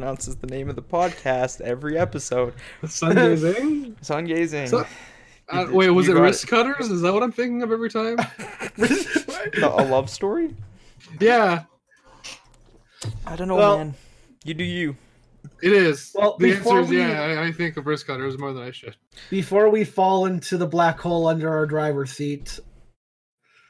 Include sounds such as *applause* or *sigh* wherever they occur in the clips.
pronounces the name of the podcast every episode. *laughs* Sungazing? Sun gazing. So- Uh, You- wait, was you it got wrist cutters? Is that what I'm thinking of every *laughs* time? a a love story? yeah, I don't know, Well- man. You do you. it is. Well, the answer before is we- yeah. I, I think of wrist cutters more than I should. Before we fall into the black hole under our driver's seat.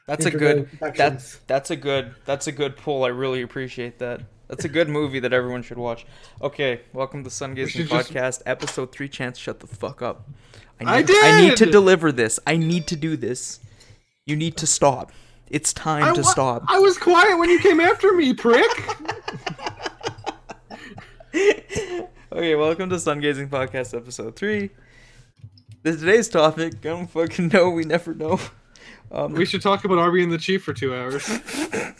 That's a good. That's that's a good. That's a good pull. I really appreciate that. That's a good movie that everyone should watch. Okay, welcome to Sun Gazing should just- Podcast, episode three. Chance, shut the fuck up. I need, I need to did! deliver this. I need to do this. You need to stop. It's time I to wa- stop. I was quiet when you came after me, prick. okay, welcome to Sun Gazing Podcast, episode three. This today's topic. I don't fucking know. We never know. Um, *laughs* we should talk about Arby and the Chief for two hours.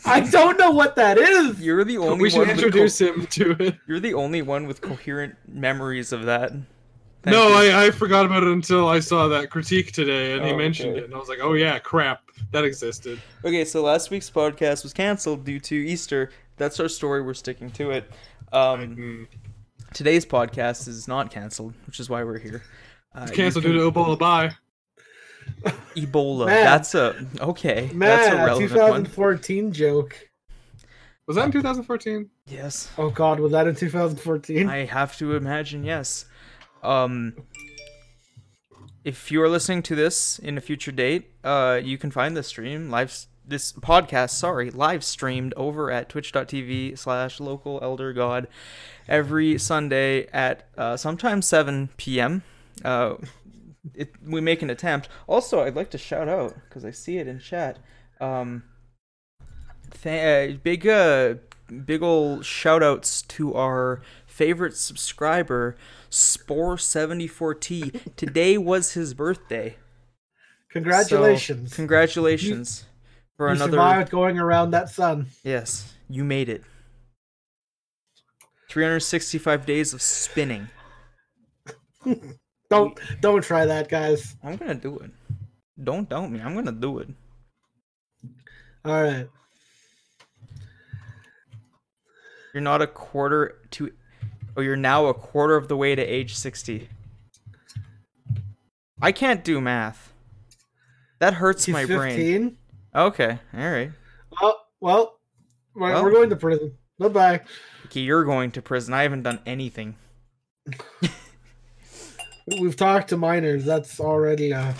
I don't know what that is. you're the only one. *laughs* we should with co- introduce him to it. you're the only one with coherent memories of that. Thank no, you. I, I forgot about it until I saw that critique today, and he Oh, mentioned okay. it, and I was like, oh yeah, crap, that existed. Okay, so last week's podcast was canceled due to Easter. That's our story. We're sticking to it. Um, Mm. today's podcast is not canceled, which is why we're here. Uh, you Canceled can- due to Ebola. Bye. Ebola. Man. That's a okay. that's a Man, a relevant one. 2014 joke. Was that in 2014? Yes, Oh God, was that in 2014? I have to imagine. Yes. Um, if you are listening to this in a future date, uh, you can find the stream live. This podcast, sorry, live streamed over at twitch.tv slash local elder god every Sunday at uh, sometimes 7 p.m. Uh, it, we make an attempt. Also, I'd like to shout out because I see it in chat. Um, th- uh, big, uh, big ol' shout outs to our favorite subscriber, Spore74T. Today was his birthday. So, Congratulations. congratulations for you another. survived going around that sun. Yes, you made it. 365 days of spinning. Don't don't try that, guys. I'm gonna do it. Don't doubt me. I'm gonna do it. All right. You're not a quarter to, or you're now a quarter of the way to age 60. I can't do math. That hurts He's my 15. brain. Okay, all right. Oh, well, we're, Well. we're going to prison. Bye bye. Okay, you're going to prison. I haven't done anything. We've talked to minors. That's already a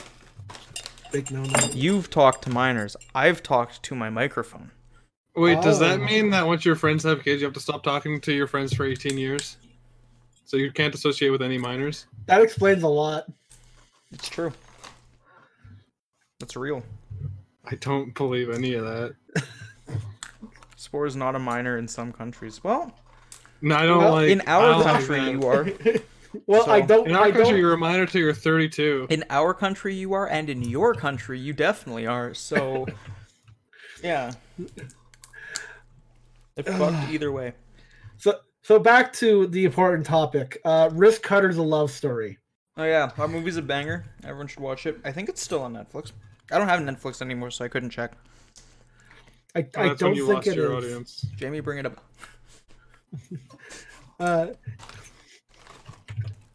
big no no. You've talked to minors. I've talked to my microphone. Wait, does that Oh. mean that once your friends have kids, you have to stop talking to your friends for 18 years? So you can't associate with any minors? That explains a lot. It's true. That's real. I don't believe any of that. Spore is not a minor in some countries. Well, No, I don't Well, like. in I our don't like country, that. you are. *laughs* *laughs* Well, I So, don't. In our I country, don't. you're a minor till you're 32. in our country you are and in your country you definitely are so *laughs* yeah it *sighs* fucked either way So so back to the important topic. Uh, Risk Cutter's a love story. oh yeah our movie's a banger everyone should watch it i think it's still on netflix i don't have netflix anymore so i couldn't check I, Oh, I that's don't when you think lost it your is. audience. jamie bring it up *laughs* Uh,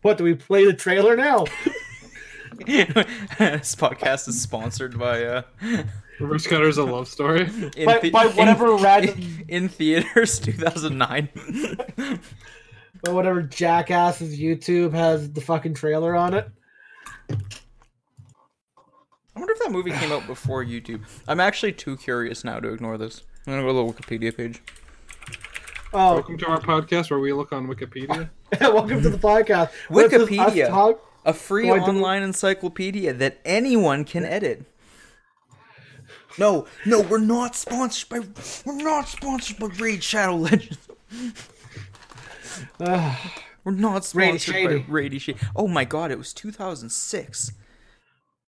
what do we play the *laughs* trailer now? this podcast is sponsored by *laughs* uh Reverse Cutter's a love story. *laughs* *laughs* in By- by whatever in, random- in theaters *laughs* 2009 Or whatever jackasses YouTube has the fucking trailer on it. i wonder if that movie came out before youtube i'm actually too curious now to ignore this i'm gonna go to the wikipedia page Oh, Welcome to our podcast where we look on Wikipedia. *laughs* welcome to the podcast. Where it's just us Wikipedia. talk- A free Why do we- online encyclopedia that anyone can edit. No, no, we're not sponsored by we're not sponsored by Raid Shadow Legends. Ugh. *sighs* We're not Raid sponsored Shady. by Rady Shady. Oh my god, it was 2006.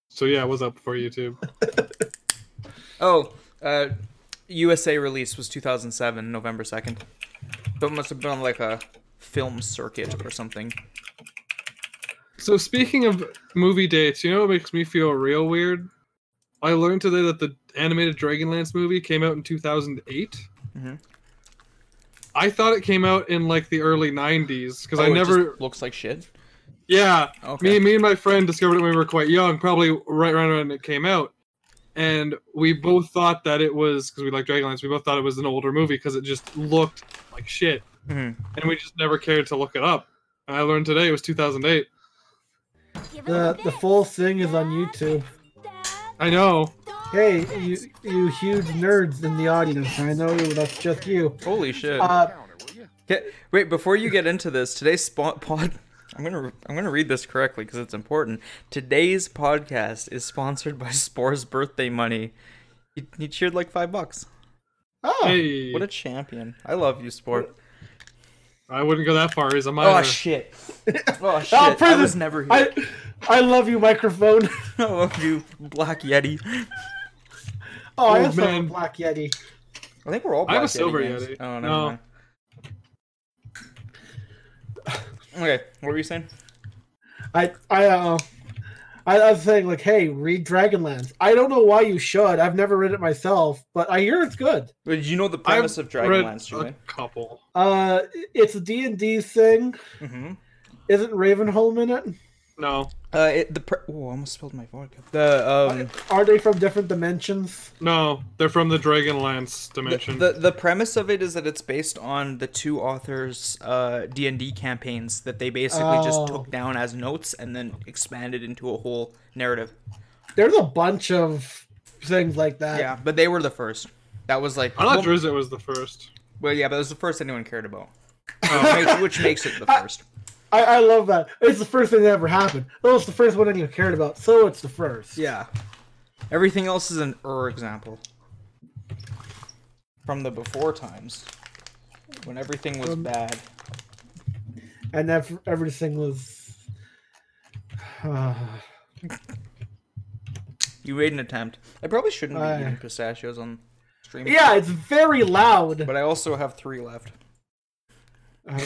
So yeah, it was up before YouTube. Oh, uh, USA release was 2007, November 2nd. So it must have been on like a film circuit or something. So speaking of movie dates, you know what makes me feel real weird? I learned today Mm-hmm. that the animated Dragonlance movie came out in 2008. Mhm. I thought it came out in like the early '90s because I Oh, it just never. looks like shit. Yeah, Okay. me, me and my friend discovered it when we were quite young, probably right around when it came out, and we both thought that it was because we like Dragonlance. We both thought it was an older movie because it just looked like shit, Mhm. and we just never cared to look it up. And I learned today it was 2008. The the full thing is on YouTube. I know. Hey, you you huge nerds in the audience. I know you. That's just you. Holy shit. Uh, Okay, Wait, before you get into this, today's spot pod. I'm gonna re- I'm gonna read this correctly because it's important. Today's podcast is sponsored by Spore's birthday money. He, he cheered like five bucks. oh, Hey, What a champion! I love you, Spore. I wouldn't go that far. He's a minor. Oh shit! *laughs* Oh shit! Oh, I prison. was never here. *laughs* I, I I love you, microphone. *laughs* love you, Black Yeti. Oh, I Old also have a man. black yeti. I think we're all. I Black have a silver games. Yeti. Oh never No. mind. Okay, what were you saying? I I uh, I, I was saying like, hey, read Dragonlance. I don't know why you should. I've never read it myself, but I hear it's good. Well, you know the I've premise of Dragonlance, read a Julie? couple. Uh, it's a D and D thing. Mm-hmm. Isn't Ravenholm in it? No, Uh, it, the pre- oh, I almost spilled my vodka. The um. Are they from different dimensions? no, they're from the Dragonlance the, dimension. the the premise of it is that it's based on the two authors uh, d&d campaigns that they basically just Oh. took down as notes and then expanded into a whole narrative There's a bunch of things like that. yeah but they were the first that was like I thought well, Drizzt was the first. well, yeah but it was the first anyone cared about Oh. Which- which makes it the first *laughs* I, I love that. It's the first thing that ever happened. Oh, it's the first one anyone cared about, so it's the first. yeah everything else is an er example from the before times when everything was bad And ev- everything *sighs* was. you made an attempt i probably shouldn't be I- eating pistachios on stream yeah, it's very loud. but i also have three left Um,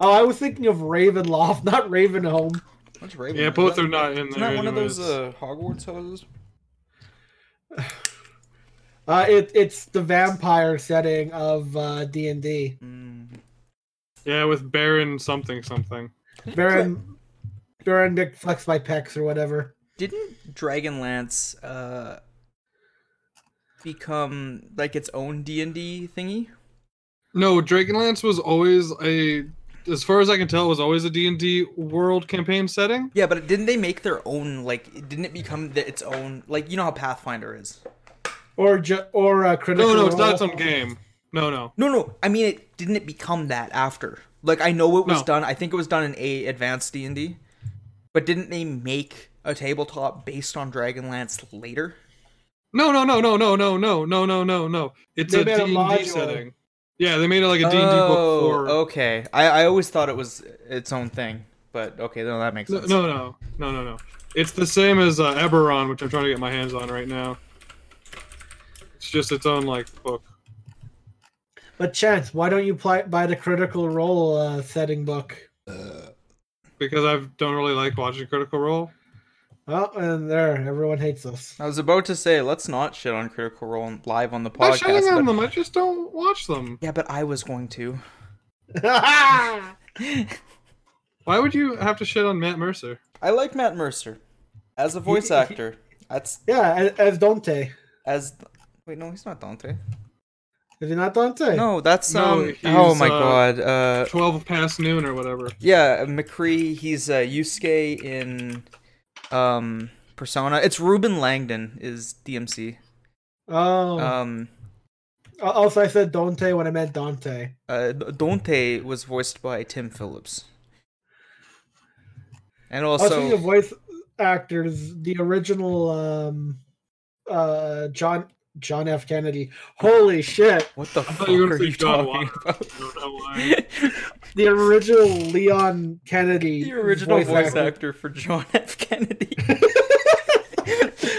oh, I was thinking of Ravenloft, *laughs* not Ravenholm. What's Raven? Yeah, both are not in It's there. not one of those anyways. uh, Hogwarts houses. Uh, it, it's the vampire setting of uh, D&D. Mm. Yeah, with Baron something something. Baron, Baron Dick Flex My Pecs or whatever. Didn't Dragonlance uh, become like its own D and D thingy? No, Dragonlance was always a, as far as I can tell, was always a D and D world campaign setting. Yeah, but didn't they make their own? Like, didn't it become the, its own? Like, you know how Pathfinder is. Or ju- or uh, Critical No, no, it's not Role. its own game. No, no. No, no. I mean, it didn't it become that after? Like, I know it was No. done. I think it was done in a Advanced D and D, but didn't they make a tabletop based on Dragonlance later? No, no, no, no, no, no, no, no, no, no, no. It's They a made a D and D module. setting. Yeah, they made it like a D and D Oh, book for. okay. I, I always thought it was its own thing, but okay, no, that makes No, sense. no, no, no, no, no. It's the same as uh, Eberron, which I'm trying to get my hands on right now. It's just its own like book. But Chance, why don't you pli- buy the Critical Role uh, setting book? Because I don't really like watching Critical Role. Oh, and there, everyone hates us. *laughs* I was about to say, let's not shit on Critical Role and- live on the I'm not podcast. shitting on but- them. I just don't watch them. Yeah, but I was going to. I Why would you have to shit on Matt Mercer? I like Matt Mercer as a voice he- actor. That's Yeah, as, as Dante. as. Wait, no, he's not Dante. Is he not Dante? No, that's No, um. he's, oh my uh, god. Uh, Twelve past noon or whatever. yeah, McCree. He's uh, Yusuke in, um, Persona. It's Ruben Langdon is DMC. Oh. Um, Al- also, I said Dante when I meant Dante. uh, D- Dante was voiced by Tim Phillips. And Also, speaking also, of voice actors, the original um, uh, John John F. Kennedy. Holy shit! what the I fuck thought you were are going to say you John talking Waters. about? *laughs* I don't know why. The original Leon Kennedy. The original voice, actor for John F. Kennedy.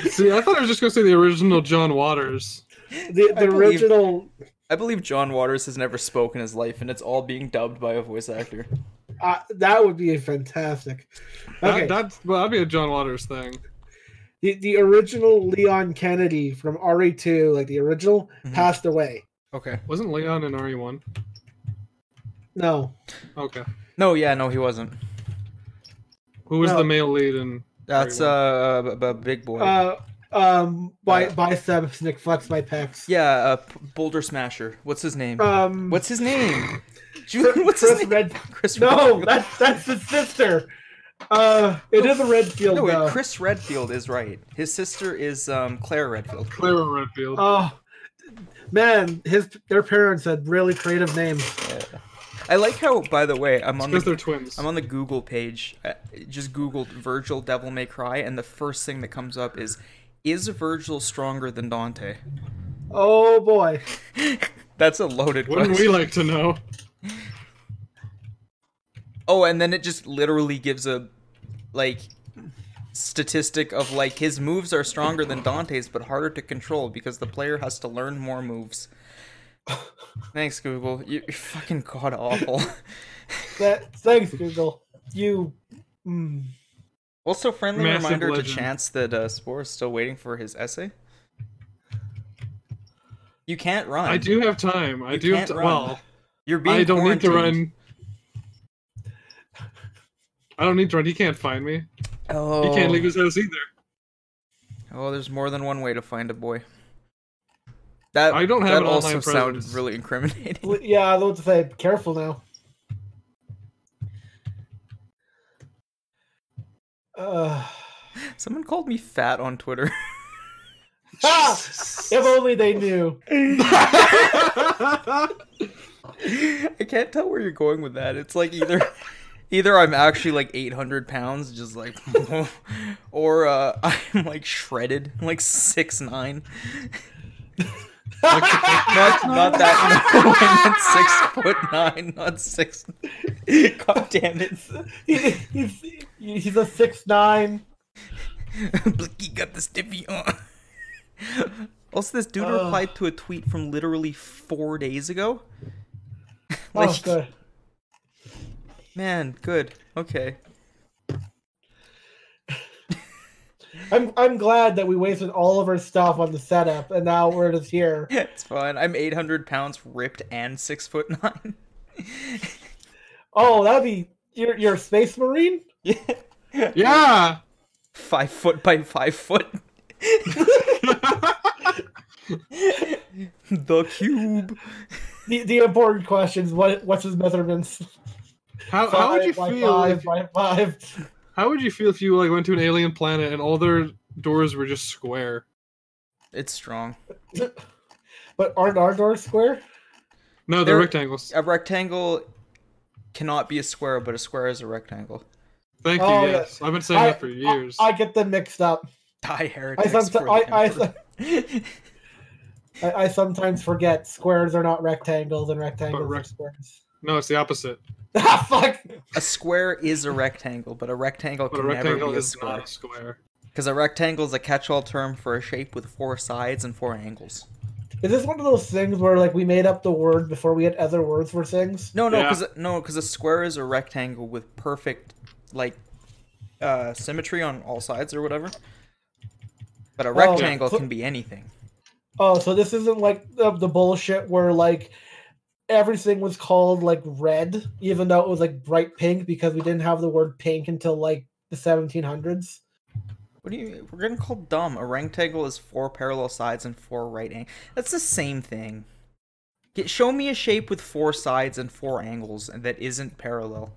See, I thought I was just going to say the original John Waters. The, the believe- original. I believe John Waters has never spoken his life, and it's all being dubbed by a voice actor. Uh, that would be fantastic. That, Okay. that's well, that'd be a John Waters thing. the, the original Leon Kennedy from RE2, like the original, Mhm. passed away. Okay. Wasn't Leon in RE1? No. E Okay. No, yeah, no, he wasn't. Who was No. the male lead in? That's uh, b- b- big boy. Uh, um, bi- Uh, biceps, Nick flex my pecs. yeah, uh, P- Boulder Smasher. What's his name? Um, What's his name? Chris, Ju- *laughs* What's Chris his name? Red? Chris *laughs* No, Redfield. that's that's his sister. Uh, it is a Redfield. No, wait, though. Chris Redfield is right. His sister is um, Claire Redfield. Clara Redfield. Oh, man, his their parents had really creative names. I like how, by the way, I'm on Because they're the twins. I'm on the Google page. Uh, just Googled Virgil Devil May Cry, and the first thing that comes up is, is Virgil stronger than Dante? Oh boy. That's a loaded Wouldn't question. we like to know? Oh, and then it just literally gives a like statistic of like his moves are stronger than Dante's but harder to control because the player has to learn more moves. Thanks, Google. You- You're fucking god awful. *laughs* That, thanks, Google. You. Mm. also, friendly Massive reminder to legend. Chance that uh, Spore is still waiting for his essay. You can't run. I do have time. I You do. can't Have t- run. well, You're being I don't need to quarantined. run. I don't need to run. He can't find me. Oh. He can't leave his house either. Oh, there's more than one way to find a boy. That I don't have that an also online sounds presence. really incriminating. *laughs* Yeah, I was about to say, be careful now. Uh, Someone called me fat on Twitter. ah, if only they knew. *laughs* I can't tell where you're going with that. It's like either either I'm actually like 800 pounds, just like, *laughs* or uh, *laughs* I'm like shredded, like six nine. *laughs* Not not that. No, I meant six foot nine, not six. *laughs* God damn it! He- he's, he's a six nine. *laughs* Blicky got the stiffy on. *laughs* Also, this dude Ugh. replied to a tweet from literally four days ago. *laughs* Oh, good. man, good. Okay. *laughs* I'm I'm glad that we wasted all of our stuff on the setup, and now we're just here. It's fine. I'm 800 pounds, ripped, and six foot *laughs* nine. Oh, that'd be you're you're a space marine. yeah. *laughs* Five foot by five foot. *laughs* the cube. The the important question is what what's his measurements? How, how would you Five by feel? Five if, by five. how would you feel if you like went to an alien planet and all their doors were just square? It's strong. But aren't our doors square? No, they're, They're- rectangles. A rectangle cannot be a square, but a square is a rectangle. *laughs* Thank Oh, you. yeah. Yes, I've been saying I- that for years. I, I get them mixed up. Die I heretics. sometimes for I, the I, emperor. so- I, I sometimes forget squares are not rectangles and rectangles are rec- squares. *laughs* no, it's the opposite. ah, fuck. *laughs* a square is a rectangle, but a rectangle But a can never rectangle be a is not square. a square. Because a rectangle is a catch-all term for a shape with four sides and four angles. Is this one of those things where like we made up the word before we had other words for things? No, no, Yeah. because no, because a square is a rectangle with perfect, like, uh, symmetry on all sides or whatever. But a rectangle so- can be anything. Oh, so this isn't like the, the bullshit where like everything was called like red, even though it was like bright pink because we didn't have the word pink until like the 1700s. What do you? We're getting called dumb. A rectangle is four parallel sides and four right angles. That's the same thing. Get, show me a shape with four sides and four angles and that isn't parallel.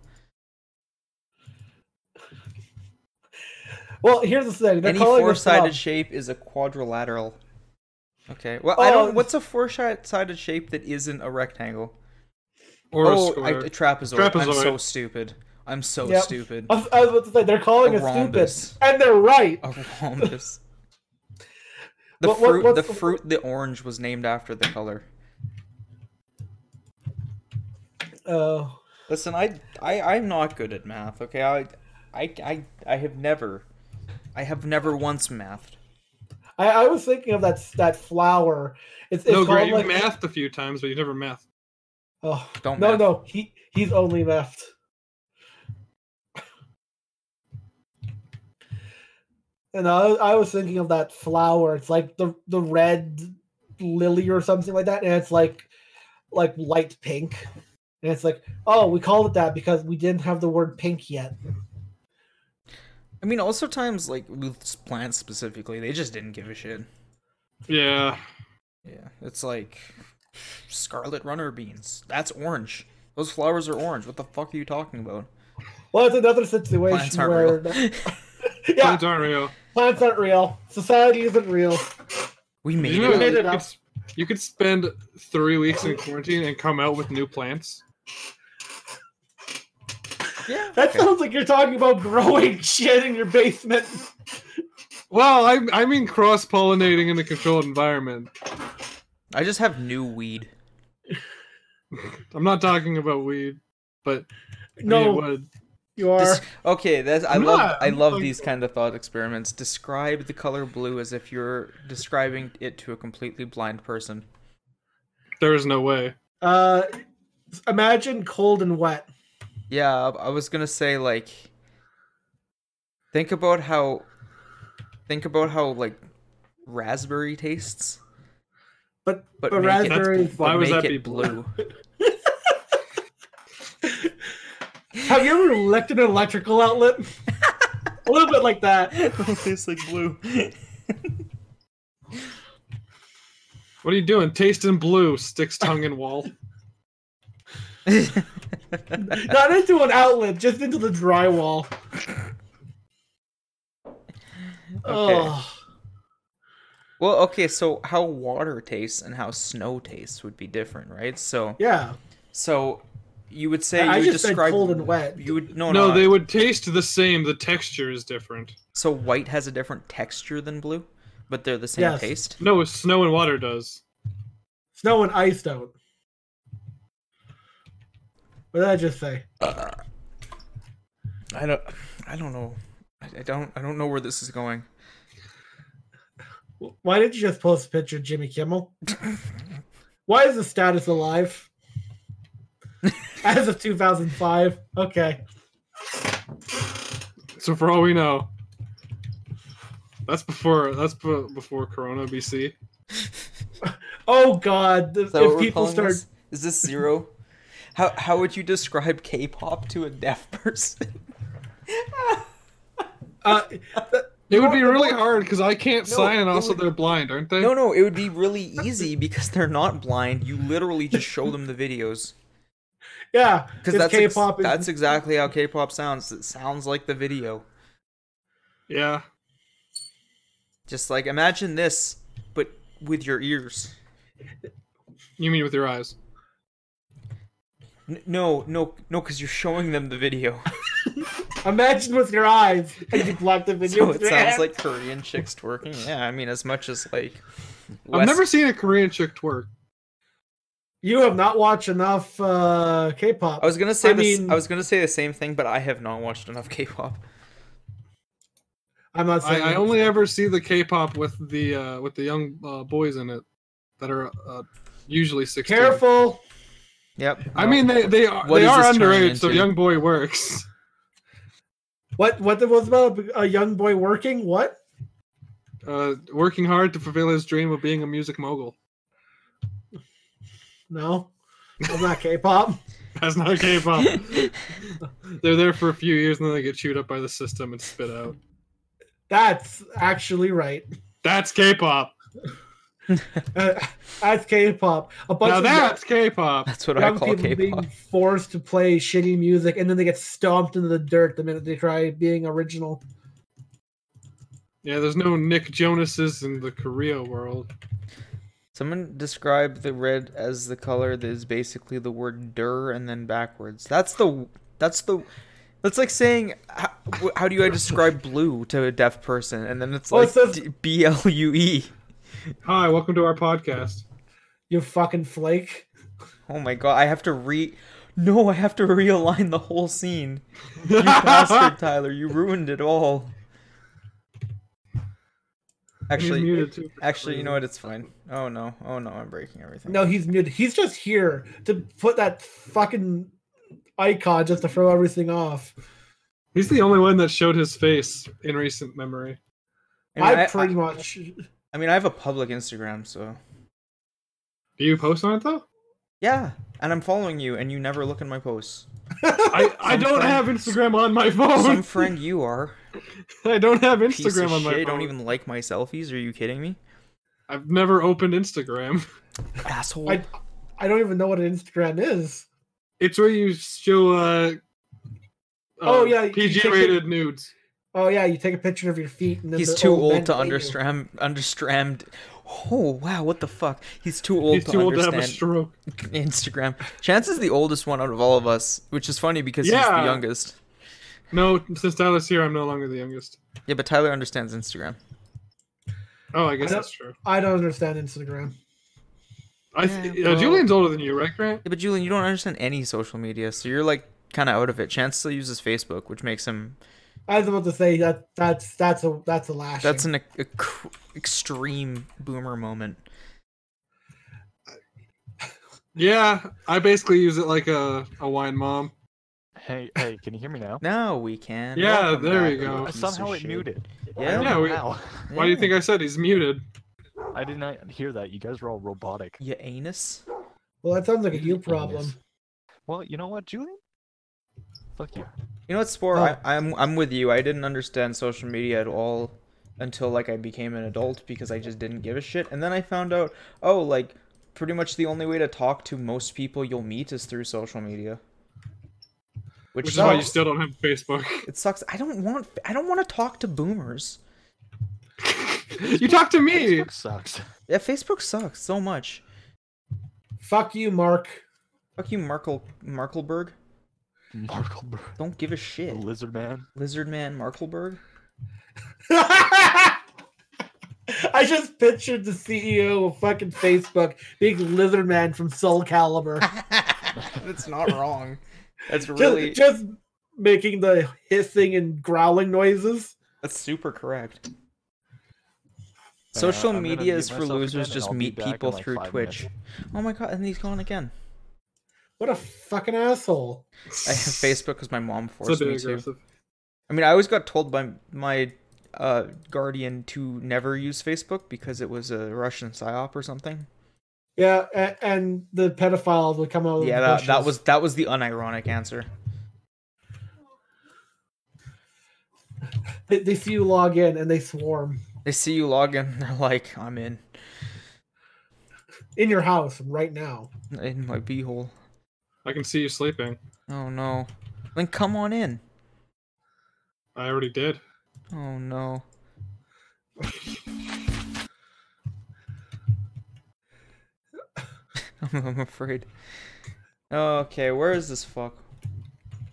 Well, here's the thing. They're Any calling this four-sided up. shape is a quadrilateral. Okay. Well, I Oh. don't. What's a four-sided shape that isn't a rectangle? Or a oh, I- square. a trapezoid. I'm Trapezoid. so stupid. I'm so Yep. Oh. stupid. *laughs* I was, I was about to say they're calling A us rhombus. stupid, and they're right. A rhombus. The What- what- fruit, the what's the- fruit, the orange was named after the color. Oh, Listen, I, I, I'm not good at math. Okay, I, I, I, I have never, I have never once mathed. I, I was thinking of that that flower. It's, it's no, called, great. You've like- mathed a few times, but you never mathed. Oh, Don't no, math. no, he he's only left. And I, I was thinking of that flower. It's like the the red lily or something like that, and it's like like light pink. And it's like, oh, we called it that because we didn't have the word pink yet. I mean, also times like with s- plants specifically, they just didn't give a shit. Yeah. Yeah, it's like scarlet runner beans. That's orange. Those flowers are orange. What the fuck are you talking about? Well, it's another Plants situation where aren't real. *laughs* yeah, Plants aren't real. plants aren't real. Society isn't real. *laughs* we made Did you know it. made you it could, up. s- you could spend three weeks in quarantine and come out with new plants? Yeah. That okay. sounds like you're talking about growing *laughs* shit in your basement. Well, I, I mean cross pollinating in a controlled environment. I just have new weed. I'm not talking about weed, but I mean, No. it would. You are. Des- okay, that's I I'm love not- I I'm love like- these kind of thought experiments. Describe the color blue as if you're describing it to a completely blind person. There is no way. Uh, imagine cold and wet. Yeah, I I was gonna say like, think about how, think about how like raspberry tastes, But but, But make raspberry- it, That's- but why would make that it be blue? blue? have you ever licked an electrical outlet? *laughs* A little bit like that. *laughs* it tastes like blue. What are you doing? Tasting blue sticks tongue in *laughs* wall. Not into an outlet, just into the drywall. Oh, well, okay, so how water tastes and how snow tastes would be different, right? So, yeah. so you would say I- I you would just said describe cold and wet. You would no, no, No, they would taste the same. The texture is different. So white has a different texture than blue, but they're the same Yes. taste. No, snow and water does. Snow and ice don't. What did I just say? I don't. I don't know. I, I don't. I don't know where this is going. Why did you just post a picture of Jimmy Kimmel? Why is the status alive? As of 2005. Okay. So for all we know, that's before that's be- before Corona BC. Oh God! Is that what if we're people calling start, this? Is this zero? how how would you describe K-pop to a deaf *laughs* person? uh, It would be really hard because I can't No, sign, and it also would- they're blind, aren't they? no, no. It would be really easy because they're not blind. You literally just show them the videos. *laughs* yeah, Because it's that's ex- K-pop. and- that's exactly how K-pop sounds. It sounds like the video. Yeah. Just like imagine this, but with your ears. You mean with your eyes? N- no, no, no. Because you're showing them the *laughs* video. imagine with your eyes *laughs* and you block the video. So with it your sounds hand. like Korean chicks twerking. Yeah, I mean, as much as like, I've West- never seen a Korean chick twerk. you have not watched enough uh, K-pop. I was gonna say I this. mean- I was gonna say the same thing, but I have not watched enough K-pop. I'm not saying. I, I only ever see the K-pop with the uh, with the young uh, boys in it that are uh, usually sixteen. careful. Yep. I no. mean, they they are What they is are this turning underage, so into? young boy works. *laughs* What what the was about a young boy working? What? Uh, working hard to fulfill his dream of being a music mogul. No, it's not K-pop. *laughs* That's not K-pop. They're there for a few years and then they get chewed up by the system and spit out. That's actually right. *laughs* That's K-pop. Uh, that's K-pop. A bunch now of that's *laughs* K-pop. that's what I young call people K-pop. being forced to play shitty music, and then they get stomped into the dirt the minute they try being original. Yeah, there's no Nick Jonas's in the Korea world. Someone describe the red as the color that is basically the word "dur" and then backwards. That's the. That's the. That's like saying, how, wh- how do I describe blue to a deaf person? And then it's Well, like it says- D- B L U E. Hi, welcome to our podcast. You fucking flake. Oh my god! I have to re. No, I have to realign the whole scene. *laughs* You bastard, Tyler. You ruined it all. He's Actually, muted too. actually, you know what? It's fine. Oh no. Oh no, I'm breaking everything. No, he's muted. He's just here to put that fucking icon just to throw everything off. He's the only one that showed his face in recent memory. I mean, I, I, pretty I- much. I mean, I have a public Instagram, so Do you post on it though? Yeah, and I'm following you, and you never look at my *laughs* posts. *laughs* I, I Some don't friend- have Instagram on my phone. Some friend you are. *laughs* I don't have Piece of Instagram on my shit. phone. Don't even like my selfies. Are you kidding me? I've never opened Instagram. Asshole. I I don't even know what an Instagram is. *laughs* It's where you show uh, Oh, yeah, you PG take rated nudes. Oh yeah, you take a picture of your feet and then He's the too old, men to hate you. understand. Understand. Oh wow, what the fuck? He's too old He's to too old to have a understand stroke. *laughs* Instagram. Chance is the oldest one out of all of us, which is funny because he's the Yeah. youngest. No, since Tyler's here, I'm no longer the youngest. Yeah, but Tyler understands Instagram. Oh, I guess I don't- that's true. I don't understand Instagram. I th- Yeah, uh, well- Julian's older than you, right, Grant? Yeah, but Julian, you don't understand any social media, so you're like kind of out of it. Chance still uses Facebook, which makes him I was about to say that that's that's a that's a lash. that's an e- ec- extreme boomer moment. Yeah, I basically use it like a, a wine mom. Hey, hey, can you hear me *laughs* now? Now we can. Yeah, Welcome there we back, you go. Uh, piece of Somehow it shit. muted. Yeah. I don't Yeah, know we- how. Why do you Yeah. think I said he's muted? *laughs* I did not hear that. You guys were all robotic. You anus. well, that sounds like a you problem. Well, you know what, Julian? Fuck you. You know what, Spore? Oh. I, I'm I'm with you. I didn't understand social media at all until like I became an adult because I just didn't give a shit. And then I found out, oh, like pretty much the only way to talk to most people you'll meet is through social media. Which, Which is sucks. why you still don't have Facebook. it sucks. I don't want I don't want to talk to boomers. you talk to me. Facebook sucks. *laughs* Yeah, Facebook sucks so much. Fuck you, Mark. *laughs* Fuck you, Markle Markleberg. Markleberg, Don't give a the shit. lizard man. Lizard man Markleberg. I just pictured the CEO of fucking Facebook being Lizard Man from Soul Calibur. That's not wrong. *laughs* That's Just- really just, making the hissing and growling noises. That's super correct. Social uh, I'm gonna media mute is for myself again, losers. and Just I'll be meet back in people like through five Twitch. minutes. Oh my god, and he's gone again. What a fucking asshole. I *laughs* have *laughs* Facebook because my mom It's a forced bit me to. aggressive. I mean, I always got told by my uh, guardian to never use Facebook because it was a Russian psyop or something. Yeah, and, and the pedophiles would Oh, come out. of Yeah, the that, that bushes. was that was the unironic answer. They, they see you log in and they swarm They see you log in, *laughs* they're like, "I'm in in your house right now. in my beehole." I can see you sleeping. Oh no! Then come on in. I already did. Oh no! *laughs* I'm, I'm afraid. Okay, where is this fuck?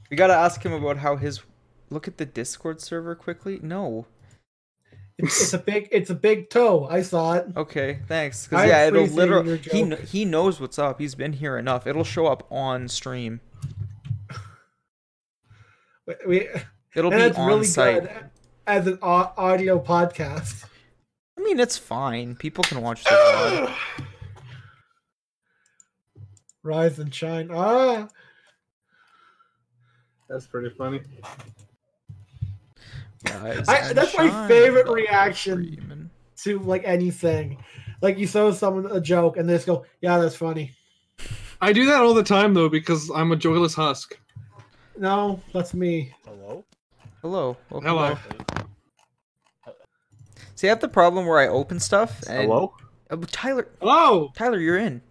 We gotta ask him about how his. Look at the Discord server quickly. No. It's, *laughs* it's a big, it's a big toe. I saw it. Okay, thanks. I Because yeah, it'll appreciate literally. your He kn- joke. he knows what's up. He's been here enough. It'll show up on stream. We- We, It'll and be that's on really site. good as an au- audio podcast. I mean, it's fine. People can *coughs* watch this. live. Rise and shine. Ah, That's pretty funny. Rise I- and that's my shine, favorite Dr. reaction. Freeman. to like anything. Like you show someone a joke and they just go, "Yeah, that's funny." I do that all the time though because I'm a joyless husk. No, that's me. Hello? Hello. welcome Hello. back. See, I have the problem where I open stuff. And, Hello? Oh, but Tyler, Hello. Tyler, you're in.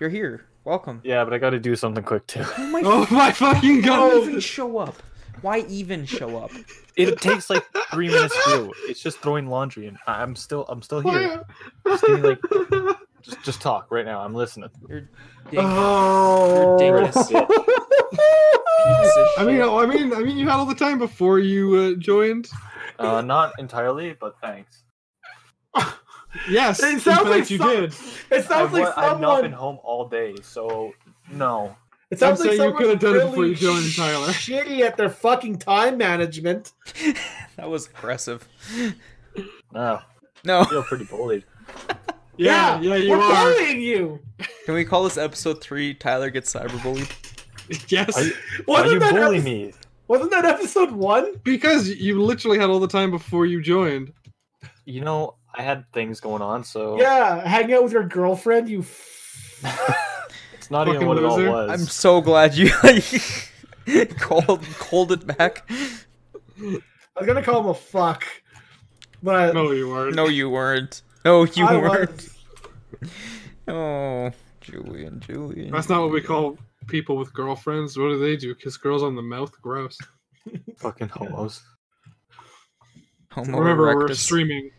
You're here. Welcome. Yeah, but I gotta do something quick too. Oh my *laughs* Oh *laughs* my fucking Why even god. show up? Why even show *laughs* up? *laughs* It takes like three minutes to do. It's just throwing laundry, and I- I'm still, I'm still here. Why- Just give me, like, just, just talk right now. I'm listening. You're ding- Oh, You're dingus. piece of *laughs* I mean, shit. I mean, I mean, you had all the time before you uh, joined. Uh, not entirely, but thanks. Yes, It in sounds like fact, you some- did. it sounds I've, like wa- I've not someone. been home all day, so no. It sounds I'm like saying you someone could've done it before really you joined, Tyler. Shitty at their fucking time management. that was aggressive. No, No. I feel pretty bullied. Yeah, yeah, you we're are. bullying you. Can we call this episode three? Tyler gets cyberbullied. *laughs* Yes, Are you- Why Wasn't you that bully epi- me? Wasn't that episode one? because you literally had all the time before you joined. You know, I had things going on, so Yeah, hang out with your girlfriend. You. F- That's not even Fucking what it loser. all was. I'm so glad you *laughs* called called it back. I was gonna call him a fuck, but No, you weren't. No, you weren't. No, you I weren't. was. Oh, Julian, Julian. That's not what we call people with girlfriends. What do they do? Kiss girls on the mouth? Gross. Fucking homos. Homo Remember, we're erectus. streaming.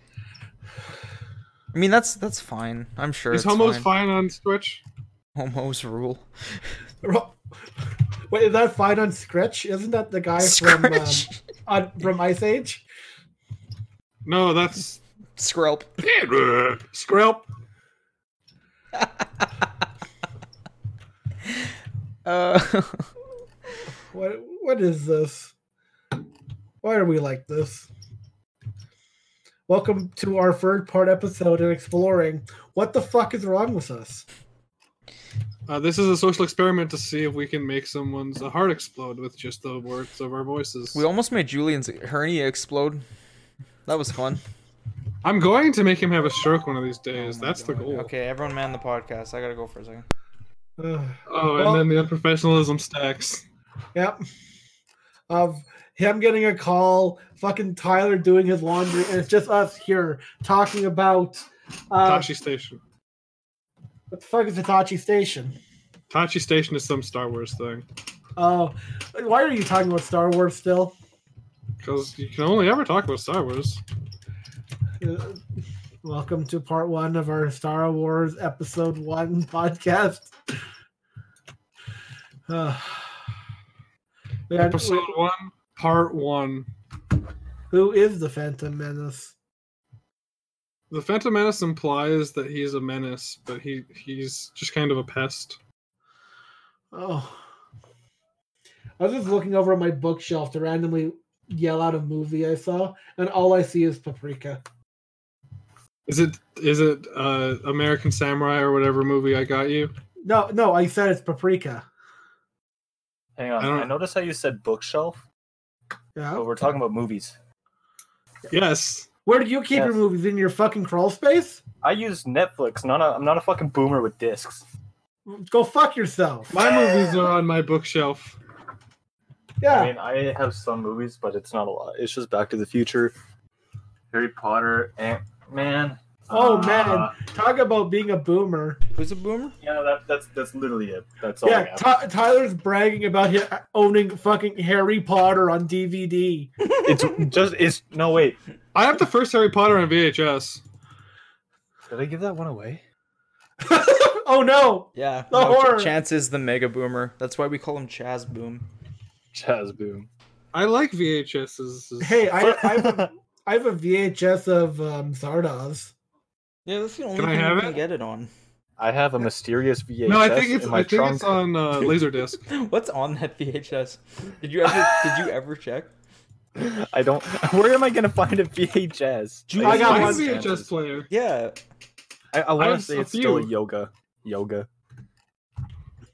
I mean, that's that's fine. I'm sure. Is it's homos fine. fine on Twitch? Homos rule. Ro- Wait, is that fine on Scritch? Isn't that the guy from *laughs* um, Scratch. on, from Ice Age? No, that's *laughs* Screlp. Screlp. Uh, *laughs* What what is this? Why are we like this? Welcome to our third part episode in exploring what the fuck is wrong with us. Uh, this is a social experiment to see if we can make someone's uh, heart explode with just the words of our voices. we almost made Julian's hernia explode. That was fun. I'm going to make him have a stroke one of these days. Oh my That's the God. goal. Okay, everyone, man, the podcast. I gotta go for a second. Ugh. Oh, Well- and then the unprofessionalism stacks. Yep. Of him getting a call, fucking Tyler doing his laundry, and it's just us here talking about uh, Tachi Station. what the fuck is Hitachi Station? Tachi Station is some Star Wars thing. Oh, why are you talking about Star Wars still? Because you can only ever talk about Star Wars. Uh, Welcome to part one of our Star Wars episode one podcast. *sighs* Uh, we had- Episode 1, Part 1. who is the Phantom Menace? The Phantom Menace implies that he's a menace, but he he's just kind of a pest. Oh, I was just looking over at my bookshelf to randomly yell out a movie I saw, and all I see is Paprika. Is it is it uh, American Samurai or whatever movie I got you? No, no, I said it's Paprika. Hang on. I don't- I, noticed how you said bookshelf, Yeah. but we're talking about movies. Yes. Where do you keep your Yes. movies in your fucking crawl space? I use Netflix. Not a, I'm not a fucking boomer with discs. Go fuck yourself. My movies are on my bookshelf. Yeah. I mean, I have some movies, but it's not a lot. It's just Back to the Future, Harry Potter, Ah, Ant Man. Oh, uh, man. Talk about being a boomer. Who's a boomer? Yeah, that, that's that's literally it. That's all. I yeah, have. Ty Tyler's bragging about hi- owning fucking Harry Potter on DVD. it's just it's no wait. I have the first Harry Potter on VHS. Did I give that one away? *laughs* oh no! Yeah. no, The Ch- horror. Chance is the mega boomer. That's why we call him Chaz Boom. Jazz boom. I like VHSs. Hey, I, I, have, a, I have a VHS of um, Zardoz. Yeah, that's the only Can I thing have you can it? get it on. *laughs* I have a mysterious VHS no, I think it's in I my think trunk. it's on uh, Laserdisc. What's on that VHS? Did you ever did you ever check? um, I don't. *laughs* Where am I gonna find a VHS? Dude, I got I one. have a VHS player. Yeah. I, I I want have to say a it's still few. yoga. Yoga.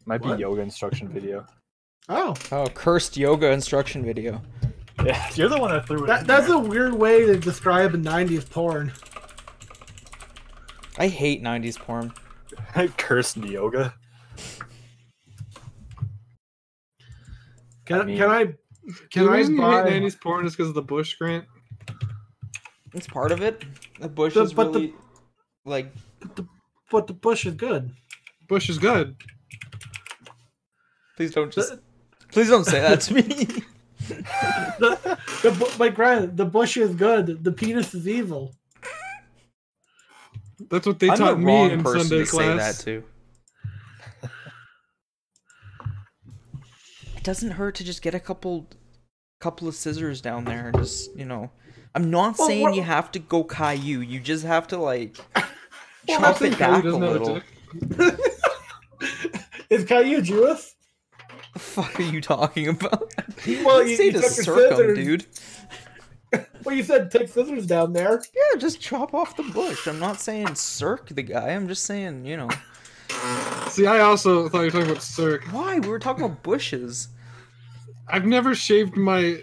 Might What? be yoga instruction video. Oh, Oh, cursed yoga instruction video. Yeah, *laughs* you're the one that threw it. that, that's a weird way to describe a 90s porn. I hate 90s porn. a *laughs* cursed yoga. Can I, I mean- can I Can Can the I reason buy- you hate 90s porn is because of the Bush grant. It's part of it. The bush The- is but the- really like But the bush is good. *laughs* Bush is good. please don't just please don't say that to me. The, the, bu- like, granted, the bush is good. The penis is evil. That's what they I'm the taught me wrong in person Sunday to say that class. to. It doesn't hurt to just get a couple couple of scissors down there and just, you know. I'm not Well, saying what- you have to go Caillou. You just have to like Well, chop that's it, it back a doesn't have a little. dick. Is Caillou Jewish? The fuck are you talking about? Well, I'd you- say you to took your circum, scissors. dude. Well, you said take scissors down there. Yeah, just chop off the bush. I'm not saying circ the guy. I'm just saying, you know. See, I also thought you were talking about Cirque. Why? We were talking about bushes. I've never shaved my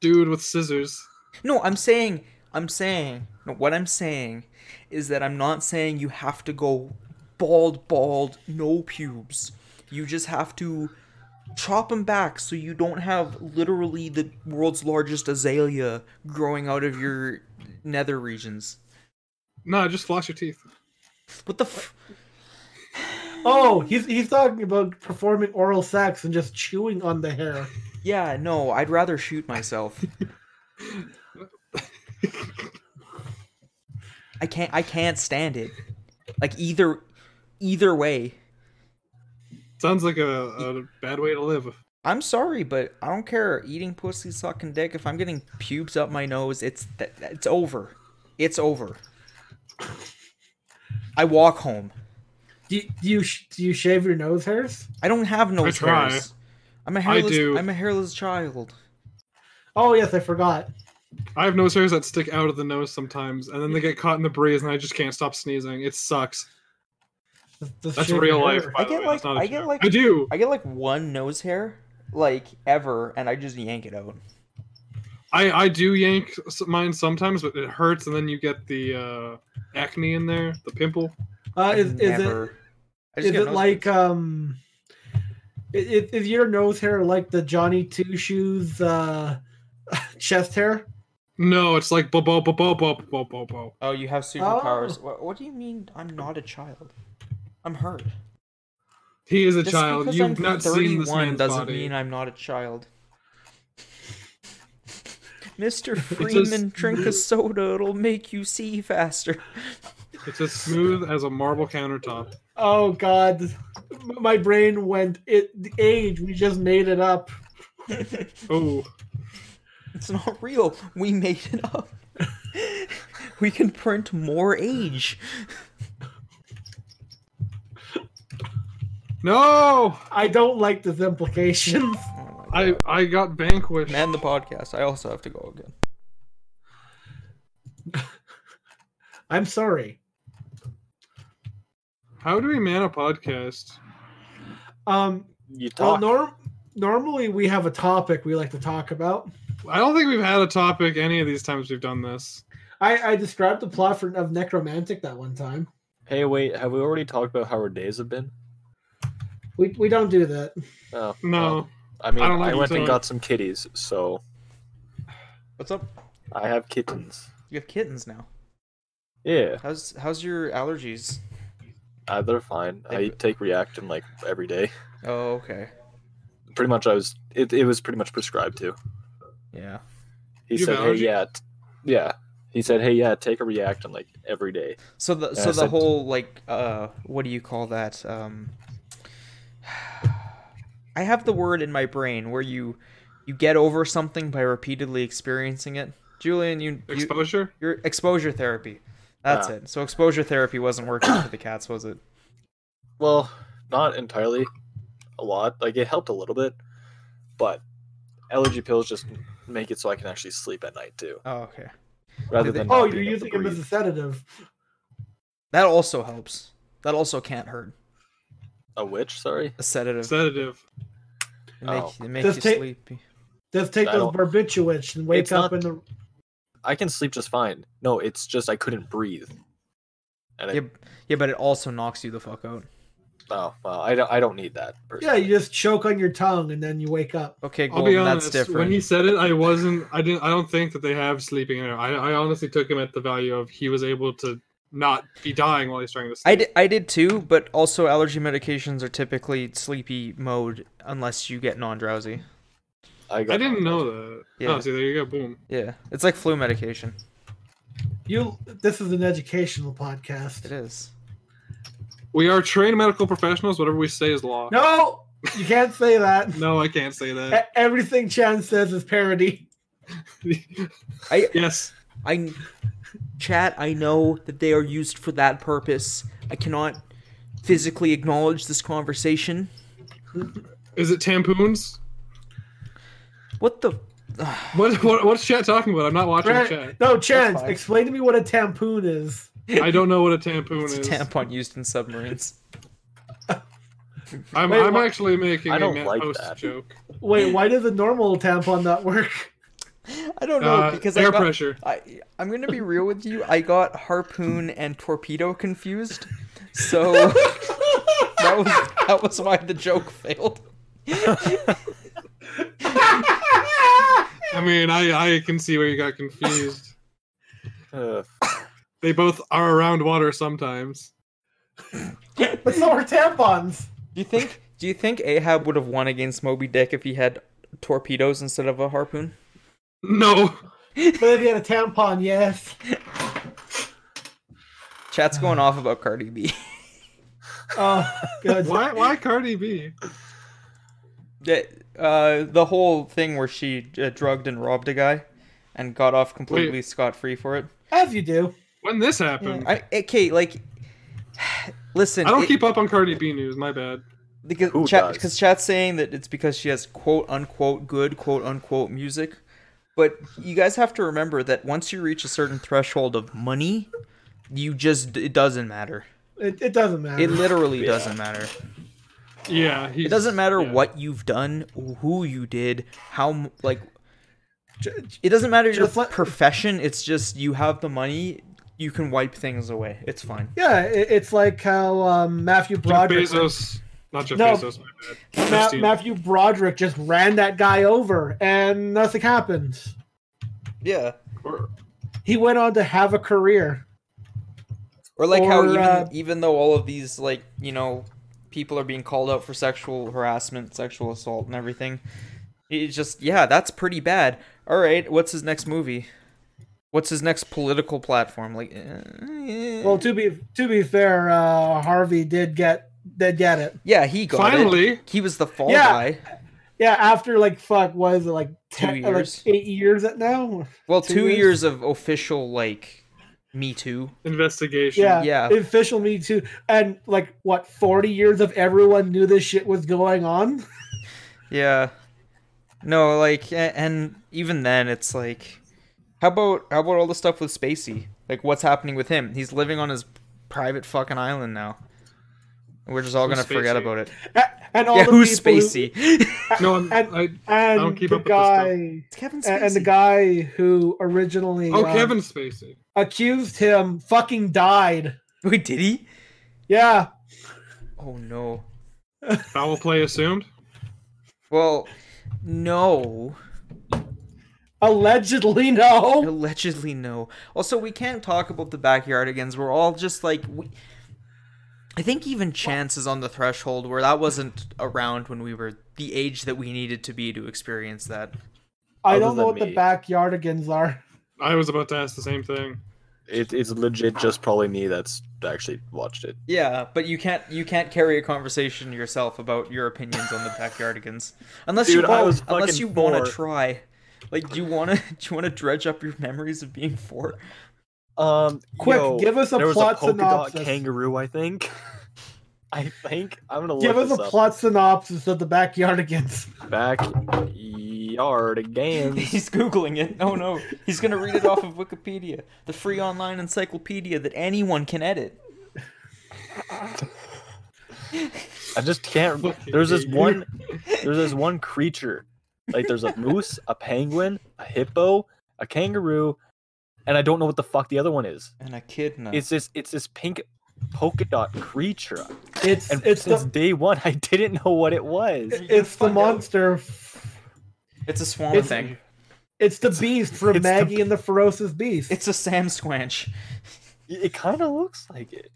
dude with scissors. No, I'm saying, I'm saying, no, what I'm saying is that I'm not saying you have to go bald, bald, no pubes. You just have to chop them back so you don't have literally the world's largest azalea growing out of your nether regions. No, just floss your teeth. What the f- Oh, he's he's talking about performing oral sex and just chewing on the hair. Yeah, no, I'd rather shoot myself. I can't I can't stand it. Like either either way. Sounds like a, a bad way to live. I'm sorry, but I don't care eating pussy sucking dick if I'm getting pubes up my nose, it's that it's over. It's over. I walk home. Do, do you sh- do you shave your nose hairs? I don't have no I try. hairs. I'm a hairless do. I'm a hairless child. Oh yes, I forgot. I have nose hairs that stick out of the nose sometimes, and then they get caught in the breeze, and I just can't stop sneezing. It sucks. Just- just That's shave real your life. hair. By I the get way. like- That's not a I get joke. like- I do. I get like one nose hair like ever and I just yank it out. I I do yank s- mine sometimes, but it hurts, and then you get the uh, acne in there, the pimple. Uh, I is, is it never- I just is get it nose like pubes. um, i- i- is, your nose hair like the Johnny Two Shoes uh, *laughs* chest hair? No, it's like bo bo bo bo bo bo bo bo. Oh, you have superpowers. Oh. What, what do you mean? I'm not a child. I'm hurt. He is a Just child. because You've I'm not seen this 31 man's doesn't body. mean I'm not a *laughs* child. Mr. Freeman, drink a soda. It'll make you see faster. It's as smooth as a *laughs* marble countertop. Oh God, my brain went. It the age we just made it up. Oh, It's not real. We made it up. *laughs* we can print more age. no! I don't like this implication. *laughs* Oh my I God. I got vanquished. Man the podcast. I also have to go again. I'm sorry. How do we man a podcast? Um, You well, talk. norm normally we have a topic we like to talk about. I don't think we've had a topic any of these times we've done this. I I described the plot for, of Necromantic that one time. Hey, wait, have we already talked about how our days have been? We we don't do that. Oh, well, No. I mean, I I, don't like went you, so- and got some kitties, so What's up? I have kittens. You have kittens now. Yeah, How's how's your allergies? uh, they're fine. I They- take Reactin like every day. Oh, okay. Pretty much, I was. It, it was pretty much prescribed to. Yeah. He You have said, "Hey, allergies?" yeah, t- yeah." He said, "Hey, yeah, take a Reactin like every day." So the Yeah, so I the said- whole like uh what do you call that um *sighs* I have the word in my brain where you you get over something by repeatedly experiencing it. Julian, you, you Exposure? your exposure therapy. That's Yeah. it. So exposure therapy wasn't working for the cats, was it? Well, not entirely. A lot. Like it helped a little bit, but allergy pills just make it so I can actually sleep at night too, Oh, okay. rather they- than. Oh, not you're being able to using him as a breathe. sedative. That also helps. That also can't hurt. a witch. Sorry. A sedative. Sedative. It make, Oh. it make you Does take- sleepy. Just take I those don't- barbiturates and wake It's up not- in the. I can sleep just fine. No, it's just I couldn't breathe. And I, Yeah, yeah, but it also knocks you the fuck out. oh, well, I don't, I don't need that. Yeah, Personally. you just choke on your tongue and then you wake up. Okay, I'll be Golden, that's honest. different. When he said it, I wasn't. I didn't. I don't think that they have sleeping in there. I, I honestly took him at the value of he was able to not be dying while he's trying to sleep. I did, I did too, but also allergy medications are typically sleepy mode unless you get non drowsy. I, got I didn't know that. Yeah. Oh, see, there you go. Boom. Yeah, it's like flu medication. You. This is an educational It podcast. is. We are trained medical professionals. Whatever we say is law. No, you can't say that. *laughs* No, I can't say E- that. Everything Chan says is parody. yes. I chat. I know that they are used for that purpose. I cannot physically acknowledge this conversation. Is it tampoons? What the? What, what what's chat talking about? I'm not watching Right. chat. No, Chan, fine. explain to me what a tampoon is. I don't know what a tampoon It's a is. tampon used in submarines. I'm, Wait, I'm what- actually making I a don't Matt like Post that. joke. Wait, why does a normal tampon not work? *laughs* I don't know Uh, because air I got, pressure. I I'm gonna be real with you. I got harpoon and torpedo confused. So *laughs* that was that was why the joke failed. I mean, I I can see where you got confused. Uh, They both are around water sometimes. but so are tampons. Do you think do you think Ahab would have won against Moby Dick if he had torpedoes instead of a harpoon? No, But if you had a tampon, yes. Chat's going off about Cardi *laughs* B. Oh, good. why why Cardi B? That, uh, the whole thing where she uh, drugged and robbed a guy and got off completely scot free for it. As you do. When this happened, I, okay, like, *sighs* listen. I don't it- keep up on Cardi B news. My bad. because Who chat does? because chat's saying that it's because she has quote unquote good quote unquote music but you guys have to remember that once you reach a certain threshold of money you just it doesn't matter It, it doesn't matter. it literally Yeah. doesn't matter Yeah, he it doesn't matter yeah. what you've done who you did how m- like it doesn't matter your Just let- profession it's just you have the money you can wipe things away it's fine yeah, it, it's like how um, Matthew Jeff Broderick. Bezos, not Jeff No. Bezos. My bad. Ma- Epstein. Matthew Broderick just ran that guy over, and nothing happened. yeah Or- He went on to have a career. Or like how Or, even uh, even though all of these like you know people are being called out for sexual harassment, sexual assault, and everything, it's just yeah, that's pretty bad. All right, what's his next movie? What's his next political platform? Like, eh, Well, to be to be fair, uh, Harvey did get did get it. yeah, he got it. Finally, He was the fall Yeah. guy. Yeah, after like fuck, what is it like ten, Two uh, years. like eight years at now? Well, Two two, years? years? of official like Me Too. investigation. Yeah, Yeah. Official Me Too, and like what forty years of everyone knew this shit was going on. *laughs* Yeah. No, like, a- and even then, it's like, how about how about all the stuff with Spacey? Like, what's happening with him? He's living on his private fucking island now. We're just all Who's gonna forget Spacey? about it. A- And all yeah, the who's people who- *laughs* Spacey? No, I'm, And- I, and don't keep the up with this stuff. guy It's Kevin and, and the guy who originally oh uh, Kevin Spacey. accused him fucking died. Wait, did he? Yeah, Oh no. Foul play assumed. Well, no. allegedly *laughs* no. *laughs* Allegedly, no. Also, we can't talk about the backyardigans. We're all just like, we... I think even Chance is on the threshold where that wasn't around when we were the age that we needed to be to experience that. I Other don't know than what the me. backyardigans are. I was about to ask the same thing. it, it's legit just probably me that's actually watched it. Yeah, but you can't you can't carry a conversation yourself about your opinions on the backyardigans unless you Dude, I want- was unless fucking you want four. to try. Like, do you want to *laughs* do you want to dredge up your memories of being *laughs* four? Um, Quick, yo, give us a there was plot a polka synopsis. dot kangaroo, I think. *laughs* I think I'm gonna Give look us this a up. plot synopsis of the *laughs* backyardigans. Backyard again. He's googling it. Oh no, he's gonna read it off of Wikipedia, the free online encyclopedia that anyone can edit. I just can't. *laughs* Fucking There's this idiot. one. There's this one creature. Like there's a moose, a penguin, a hippo, a kangaroo, and I don't know what the fuck the other one is. An echidna. It's this. It's this pink polka dot creature. It's And it's since the day one, I didn't know what *laughs* it was. You can it's the find out. monster. f- It's a swan It's- thing. It's the beast from it's the Maggie and the Ferocious Beast. It's a Sam Squanch. It, kind of looks like it.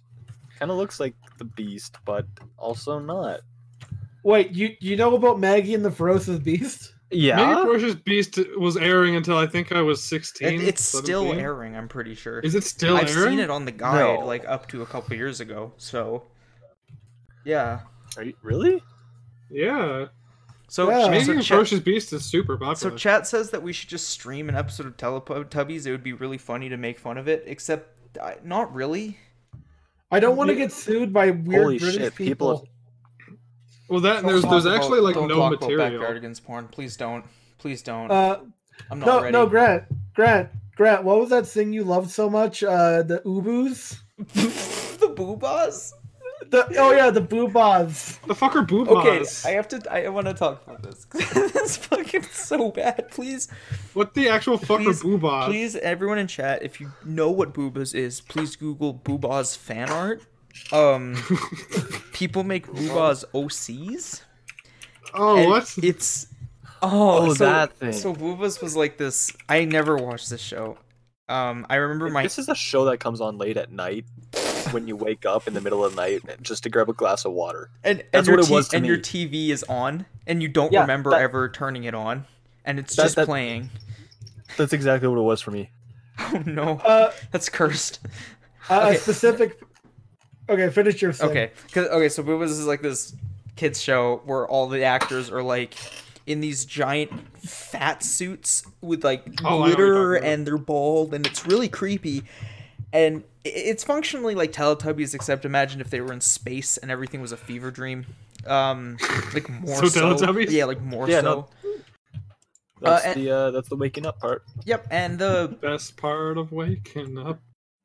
Kind of looks like the beast, but also not. Wait, you you know about Maggie and the Ferocious Beast? Maybe Yeah. Ferocious Beast was airing until I think I was sixteen. It- it's still 17? airing. I'm pretty sure. Is it still I've airing? seen it on the guide No. like up to a couple years ago. So, yeah. Are you, really? Yeah. So, Yeah. Oh, so Maybe chat- Ferocious Beast is super So popular. chat says that we should just stream an episode of Teletubbies. It would be really funny to make fun of it, except I, not really. I don't want to Yeah. get sued by weird Holy British shit, people people. have- well, that Don't there's talk there's about- actually like don't no talk about material. Backyardigans porn. Please don't. Please don't. Uh, I'm not no, ready. no, Grant, Grant, Grant. What was that thing you loved so much? Uh, the ubus. *laughs* the boobas. The oh yeah, the boobas. The fucker boob Okay, boss. I have to. I want to talk about this. *laughs* That's fucking so bad. Please, What the actual fucker Please- boob boss? please, everyone in chat, if you know what boobas is, please Google boobas fan art *laughs* Um, people make boobas OCs. Oh, and what? It's oh, Oh, so, that thing. So boobas was like this. I never watched this show. Um, I remember my This is a show that comes on late at night *laughs* when you wake up in the middle of the night just to grab a glass of water. and, and that's your what it was to and your me. TV is on, and you don't Yeah, remember that- ever turning it on, and it's That- just that- playing. *laughs* That's exactly what it was for me. Oh no, Uh, that's cursed. a- Okay. A specific. Okay, finish your thing. Okay, 'Cause- okay, so Boobas is like this kids show where all the actors are like in these giant fat suits with like Oh, I know what you're glitter talking about. and they're bald and it's really creepy. And i- it's functionally like Teletubbies, except imagine if they were in space and everything was a fever dream. Um, *laughs* like more so, So Teletubbies? yeah, like more Yeah, so. no. That's and- the uh, that's the waking up part. Yep, and the Best part of waking up.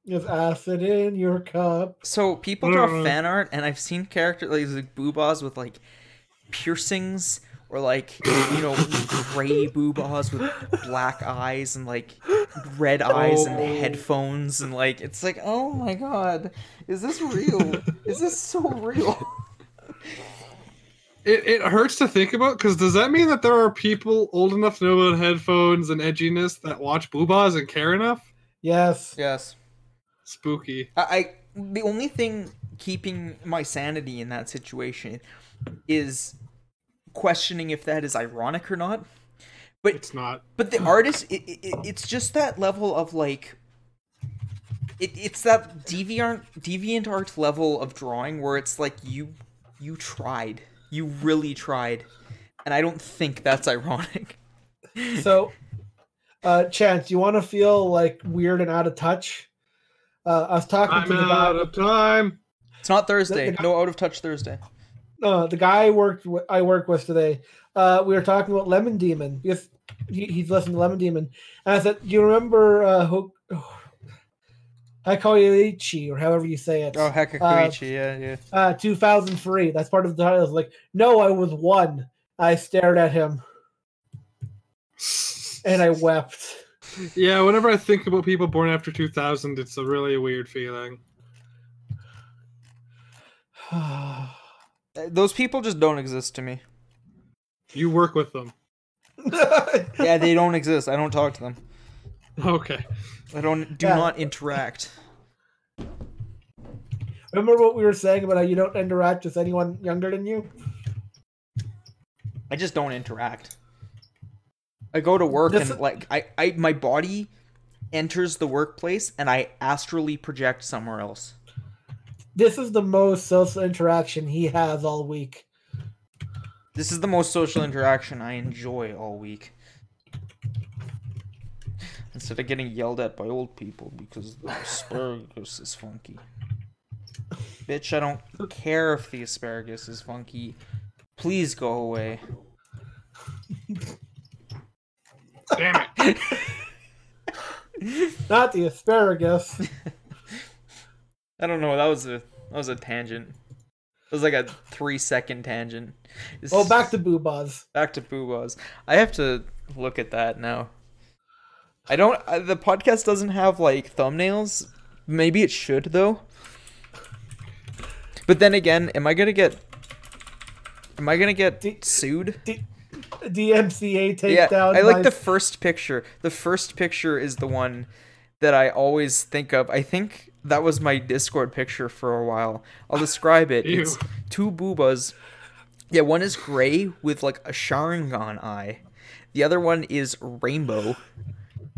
Is acid in your cup? So people draw Mm. fan art, and I've seen characters like, like boobas with like piercings or like you know *laughs* gray boobas with black eyes and like red eyes and Oh. headphones and like it's like oh my god is this real is this so real *laughs* It, it hurts to think about because does that mean that there are people old enough to know about headphones and edginess that watch boobas and care enough? *laughs* Yes. yes Spooky. I, I the only thing keeping my sanity in that situation is questioning if that is ironic or not but It's not. But the artist, it, it, it- it's just that level of like, it, it's that deviant deviant art level of drawing where it's like you you tried, you really tried, and I don't think that's ironic. So, uh, Chance, you want to feel like weird and out of touch? Uh, I was talking I'm to the guy. out of time. It's not Thursday. The- the- No out of touch Thursday. uh, the guy I worked with, I work with today, uh, we were talking about Lemon Demon because he, he's listened to Lemon Demon, and I said, "Do you remember uh, *sighs* Ho- I call you Ichi or however you say it?" Oh heck, Hakaguchi, yeah, yeah. Uh, 2003. That's part of the title. I was like, "No, I was one." I stared at him and I wept. *sighs* Yeah, whenever I think about people born after 2000, it's a really weird feeling. Uh, Those people just don't exist to me. You work with them. Yeah, they don't exist. I don't talk to them. Okay. I don't do Yeah. not interact. Remember what we were saying about how you don't interact with anyone younger than you? I just don't interact. I go to work This- and like I, I my body enters the workplace and I astrally project somewhere else. This is the most social interaction he has all week. This is the most social interaction I enjoy all week. Instead of getting yelled at by old people because the asparagus is funky. Bitch, I don't care if the asparagus is funky. Please go away. Damn it. Not the asparagus. I don't know. That was a that was a tangent. It was like a three second tangent. It's- *laughs* Well, Oh, back to boobas. back to boobas. I have to look at that now. I don't. I, the podcast doesn't have like thumbnails. Maybe it should though. But then again, am I gonna get? Am I gonna D- get sued? D- DMCA takedown. Yeah, I like by- the first picture. The first picture is the one that I always think of. I think that was my Discord picture for a while. I'll describe it. Ew. It's two boobas. Yeah, one is gray with like a Sharingan eye. The other one is rainbow.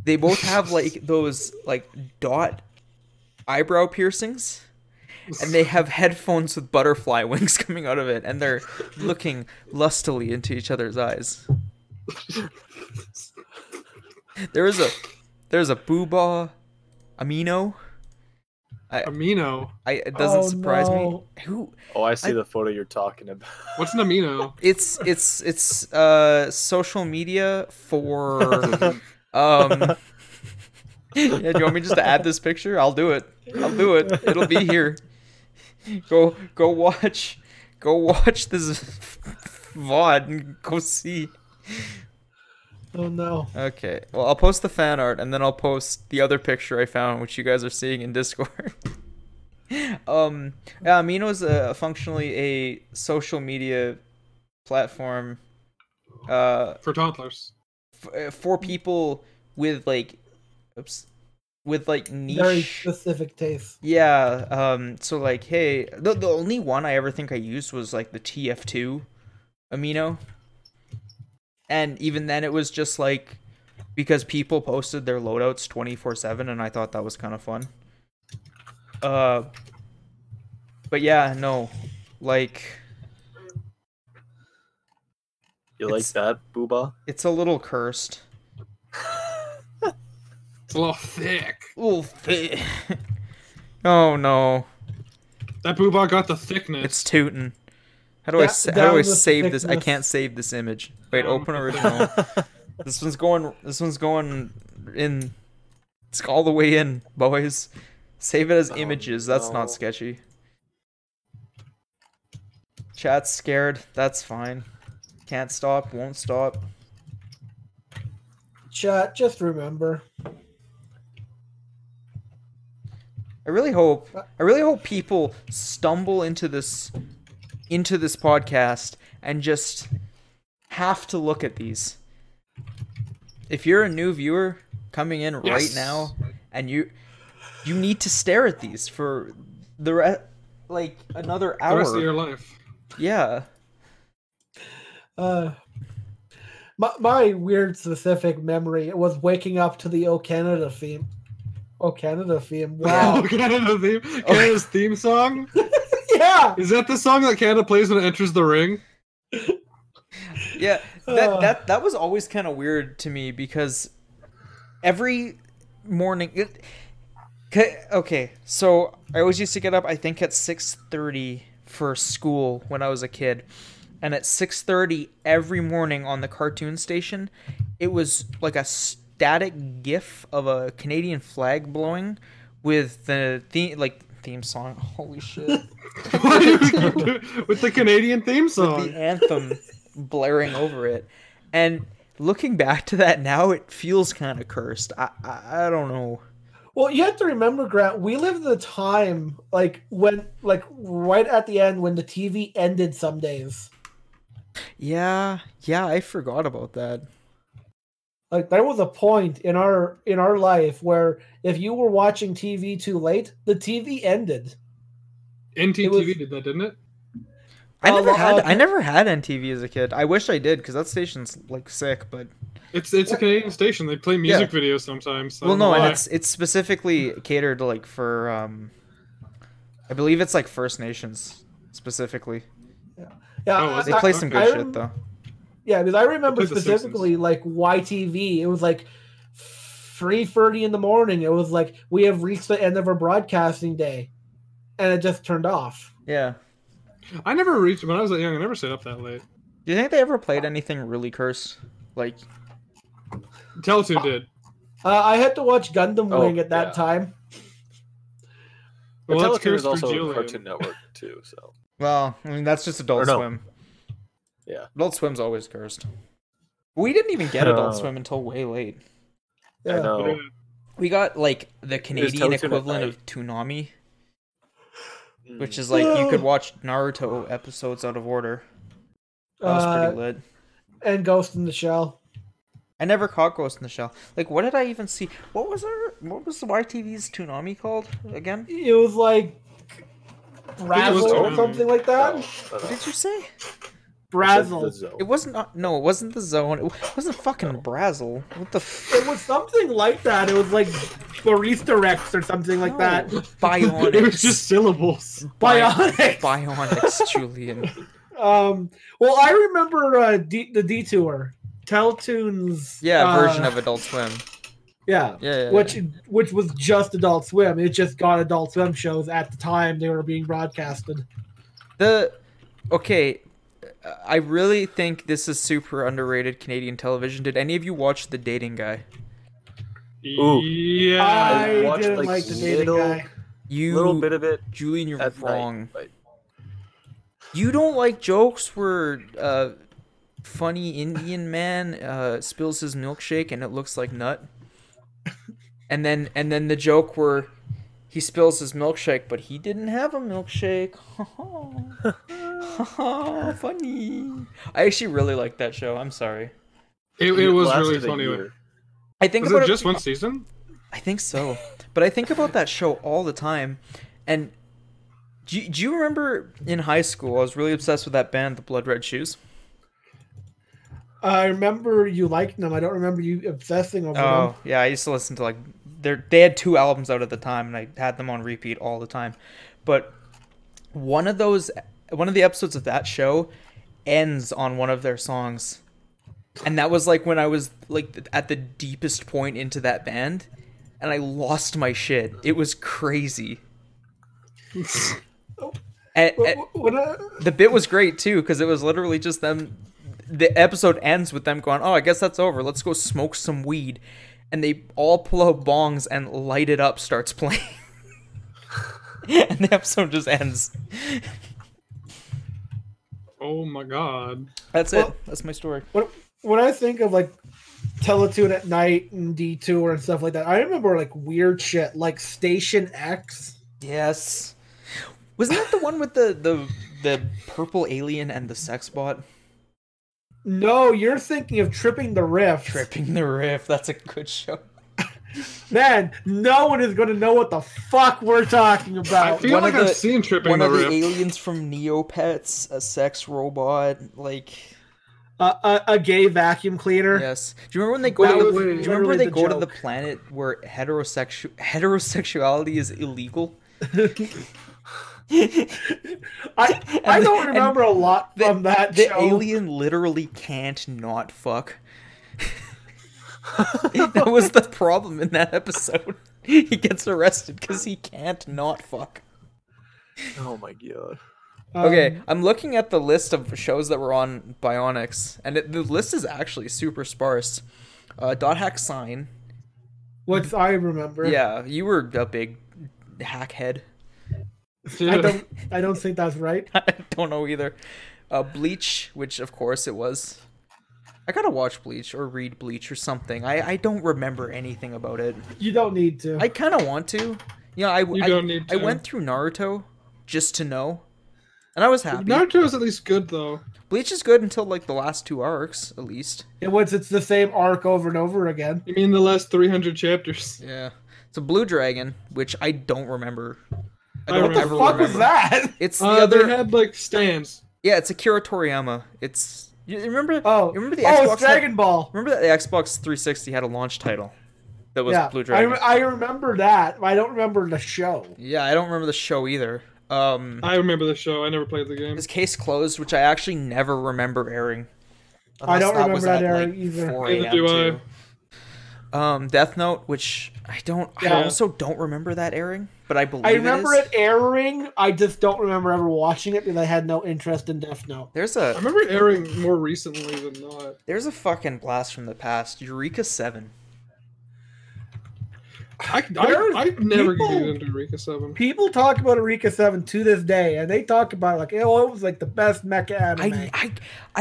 They both have like those like dot eyebrow piercings. And they have headphones with butterfly *laughs* wings coming out of it, and they're looking lustily into each other's eyes. There is a there's a booba amino. Amino. I it doesn't Oh, surprise no. me. Who Oh, I see I- the photo you're talking *laughs* about. What's an amino? it's it's it's uh social media for um Yeah, do you want me just to add this picture? I'll do it. I'll do it. It'll be here. Go go watch go watch this *laughs* VOD and go see. Oh no. Okay. Well I'll post the fan art and then I'll post the other picture I found which you guys are seeing in Discord. *laughs* Um, yeah, Amino's a, functionally a social media platform uh, for toddlers. f- uh, for people with like, oops, with like niche. Very specific taste. Yeah. Um. So like, hey, the the only one I ever think I used was like the TF2 amino, and even then it was just like because people posted their loadouts twenty four seven, and I thought that was kind of fun. Uh. But yeah, no, like *laughs* You like It's- that, Booba? it's a little cursed. It's a little thick. Oh, *laughs* oh no, That boobah got the thickness. it's tootin'. How do I Da- sa- how do down I with save this? I thickness. can't save this image. Wait, Down open with original. This one's going. This one's going in. It's all the way in, boys. Save it as Oh, images. That's no. not sketchy. Chat's scared. That's fine. Can't stop. Won't stop. Chat, just remember. I really hope. I really hope people stumble into this, into this podcast and just have to look at these. If you're a new viewer coming in right Yes. now, and you you need to stare at these for the re- like another the hour. rest of your life. Yeah. Uh, my, my weird specific memory was waking up to the O Canada theme. O Canada theme. *laughs* Wow. Oh, *laughs* Canada theme. Canada's theme song. yeah. Is that the song that Canada plays when it enters the ring? *laughs* Yeah. That Uh. that that was always kind of weird to me because every morning it, 'Kay, okay, so I always used to get up I think at 6:30 for school when I was a kid. And at 6:30 every morning on the cartoon station, it was like a static gif of a Canadian flag blowing with the theme like theme song. *laughs* Holy shit. Why do we keep doing- With the Canadian theme the uh, song. *laughs* anthem blaring over it. And looking back to that now, it feels kind of cursed. I, I I don't know. Well, you have to remember, Grant, we lived in the time like when like right at the end when the TV ended some days. Yeah, yeah, I forgot about that. Like there was a point in our in our life where if you were watching TV too late, the TV ended. NTTV It was- did that, didn't it? I Oh, never well, had I okay. never had NTV as a kid. I wish I did because that station's like sick. But It's it's a Canadian station. They play music videos sometimes. I well, don't know no, and why. it's it's specifically catered like for um, I believe it's like First Nations specifically. Yeah, Oh, was They it? I- play some I good shit rem- though. Yeah, because I remember Like The specifically like YTV. It was like three thirty in the morning. It was like we have reached the end of our broadcasting day, and it just turned off. Yeah. I never reached when I was that young. I never stayed up that late. Do you think they ever played anything really cursed? Like Teletoon did. Uh, I had to watch Gundam Oh, Wing at that yeah. time. But Well, that's Teletoon cursed is for also Julian. Cartoon Network too, *laughs* so Well, I mean that's just Adult Or no. Swim. Yeah. Adult Swim's always cursed. We didn't even get Adult Uh, Swim until way late. I Yeah. know. We got like the Canadian Teletoon at equivalent night. of Toonami, Mm. which is like you could Ugh. watch Naruto episodes out of order. That was Uh, pretty lit. and Ghost in the Shell. I never caught Ghost in the Shell. Like, what did I even see? What was our what was the YTV's Toonami called again? It was like Brazzle or Toonami. something like No, that. no, no. What did you say? Brazzle. It's in the It zone. wasn't. uh, No, it wasn't the Zone. It wa- wasn't fucking Brazzle. What the? F- It was something like that. It was like Barista Rex or something like no. that. *laughs* Bionics. It was just syllables. *laughs* Bionic. Bionics, Julian. Um, well, I remember uh, D- the detour, Teltoons. Yeah, uh, version of Adult Swim. yeah, Yeah, yeah, which yeah. which was just Adult Swim. It just got Adult Swim shows at the time they were being broadcasted. the okay. uh, I really think this is super underrated Canadian television. Did any of you watch The Dating Guy? Ooh. Yeah. I, I watched, didn't like, like, the dating little- guy. You, little bit of it Julian, you're at wrong. night. Like, You don't like jokes where uh, funny Indian man uh, spills his milkshake and it looks like nut, and then and then the joke where He spills his milkshake, but he didn't have a *laughs* milkshake. *laughs* funny. I actually really like that show. I'm sorry. It, it was lasted really a funny. year. I think Was about it just one season? I think so. But I think about that show all the time. And do you, do you remember in high school, I was really obsessed with that band, the Blood Red Shoes? I remember you liking them. I don't remember you obsessing over Oh, them. yeah. I used to listen to like, their, they had two albums out at the time, and I had them on repeat all the time. But one of those, one of the episodes of that show ends on one of their songs. And that was like when I was like at the deepest point into that band, and I lost my shit. It was crazy. And- Wh- and- wh- When I, the bit was great too because it was literally just them the episode ends with them going oh i guess that's over let's go smoke some weed and they all pull out bongs and light it up starts playing *laughs* and the episode just ends Oh my god. that's Well- it that's my story when, when I think of like Teletoon at night and Detour and stuff like that, I remember like weird shit like Station X. yes wasn't that the one with the the the purple alien and the sex bot No, you're thinking of Tripping the Rift. tripping the riff that's a good show Man, no one is going to know what the fuck we're talking I about. feel Uh, one like of I've the- seen Tripping one the of the Rift. aliens from neopets a sex robot like Uh, a, a gay vacuum cleaner. Yes. Do you remember when they go? That To the, was do you remember literally when they the go to the joke. planet where heterosexual heterosexuality is illegal? I, *laughs* I And- and don't remember a lot The, from that the show. alien literally can't not fuck. *laughs* that was the problem in that episode. He gets arrested because he can't not fuck. Oh my god. Um, Okay, I'm looking at the list of shows that were on Bionics, and it, the list is actually super sparse. Uh, Dot Hack Sign. What I remember. Yeah, you were a big hackhead. I Dude, don't, I don't think *laughs* that's right. *laughs* I don't know either. Uh, Bleach, which of course it was. I gotta watch Bleach or read Bleach or something. I, I don't remember anything about it. You don't need to. I kind of want to. You know, I You I, don't need I to. went through Naruto just to know, and I was happy. Naruto is at least good though. Bleach is good until like the last two arcs, at least. It was it's the same arc over and over again. You mean the last 300 chapters? Yeah. So Blue Dragon, which I don't remember. I I don't remember. ever the fuck was remember. that? It's the Uh, other. They had like stands. Yeah, it's Akira Toriyama. It's you remember? Oh, you remember the oh, Xbox it's Dragon Ball. Remember that the Xbox 360 had a launch title that was yeah, Blue Dragon. I, re- I remember that. but I don't remember the show. yeah, I don't remember the show either. Um, I remember the show. I never played the game. this case closed, which I actually never remember airing. I don't Unless that was remember that at, airing either. 4 Neither a.m. do too. Um, Death Note, which I don't. Yeah. I also don't remember that airing, but I believe I remember it is. it airing. I just don't remember ever watching it because I had no interest in Death Note. There's I a remember it airing more recently than not. there's a fucking blast from the past. Eureka Seven. I, There I, are I never people- get into Eureka 7. People talk about Eureka Seven to this day, and they talk about it like, "Oh, it was like the best mecha anime." I, I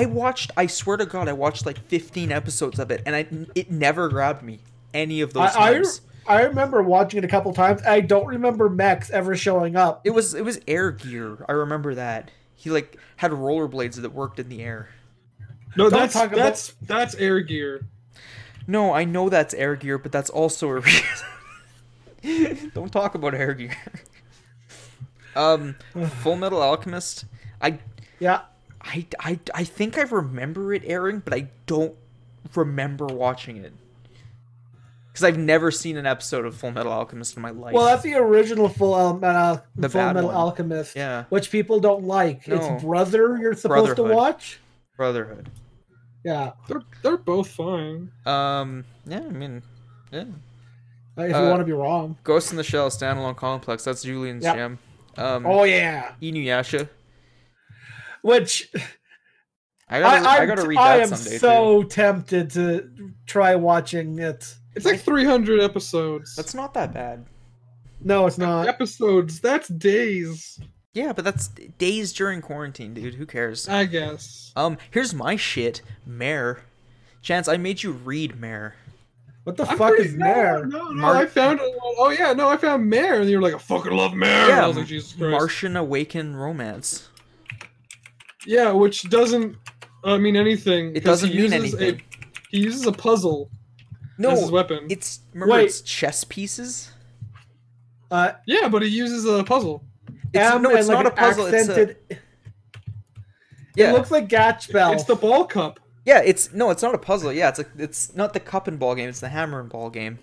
I watched. I swear to God, I watched like 15 episodes of it, and I it never grabbed me any of those I, I, times. I remember watching it a couple times. I don't remember Max ever showing up. It was it was air gear. I remember that. He like had rollerblades that worked in the air. No, Don't that's talk about- that's that's air gear. No, I know that's air gear, but that's also a *laughs* reason. Don't talk about air gear. um, Full Metal Alchemist. I Yeah, I, I, I think I remember it airing, but I don't remember watching it. Because I've never seen an episode of Full Metal Alchemist in my life. Well, that's the original Full, El- Metal, The Full bad Metal one. Alchemist, Yeah. which people don't like. No. It's Brother you're supposed to Brotherhood. watch. Brotherhood. Yeah, They're they're both fine. Um, yeah, I mean, yeah. uh, if Uh, you want to be wrong. Ghost in the Shell standalone complex. That's Julian's Yeah. jam. Um, Oh yeah, Inuyasha. which I I, gotta, I, I'm, I gotta read that am someday too. so tempted to try watching it. It's like 300 episodes. That's not that bad. No, it's not. episodes. That's days, Yeah, but that's days during quarantine, dude. Who cares? I guess. Um, here's my shit, Mare. Chance, I made you read Mare. What the I'm fuck pretty- is no, Mare? No, no, Mar- I found. Oh yeah, no, I found Mare, and you were like, "I fucking love Mare." and I was Yeah, like, Jesus Christ. Martian Awaken Romance. Yeah, which doesn't uh, mean anything. It 'cause doesn't he mean uses a- anything. he uses a puzzle as his No, weapon. it's remember Wait. it's chess pieces. Uh, Yeah, but he uses a puzzle. It's, M no, it's and, not a like, an puzzle. It's a, Accented, It yeah, looks like Gatch Bell. It's the ball cup. yeah. It's no, it's not a puzzle. Yeah, it's like it's not the cup and ball game. It's the hammer and ball game,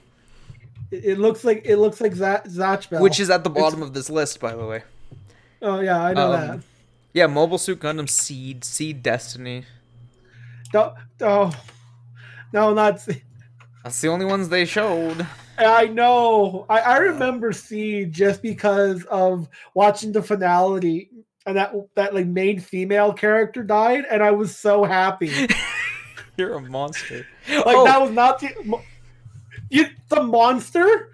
It it looks like it looks like Za- Zatch Bell. which is at the bottom of this list, by the way. oh yeah, I know Um, Yeah, Mobile Suit Gundam Seed, Seed Destiny. that. do oh, no, not. *laughs* Se- That's the only ones they showed. I know. I, I remember Seed just because of watching the finality and that that like main female character died, and I was so happy. *laughs* You're a monster. Like oh, that was not the mo- you the monster.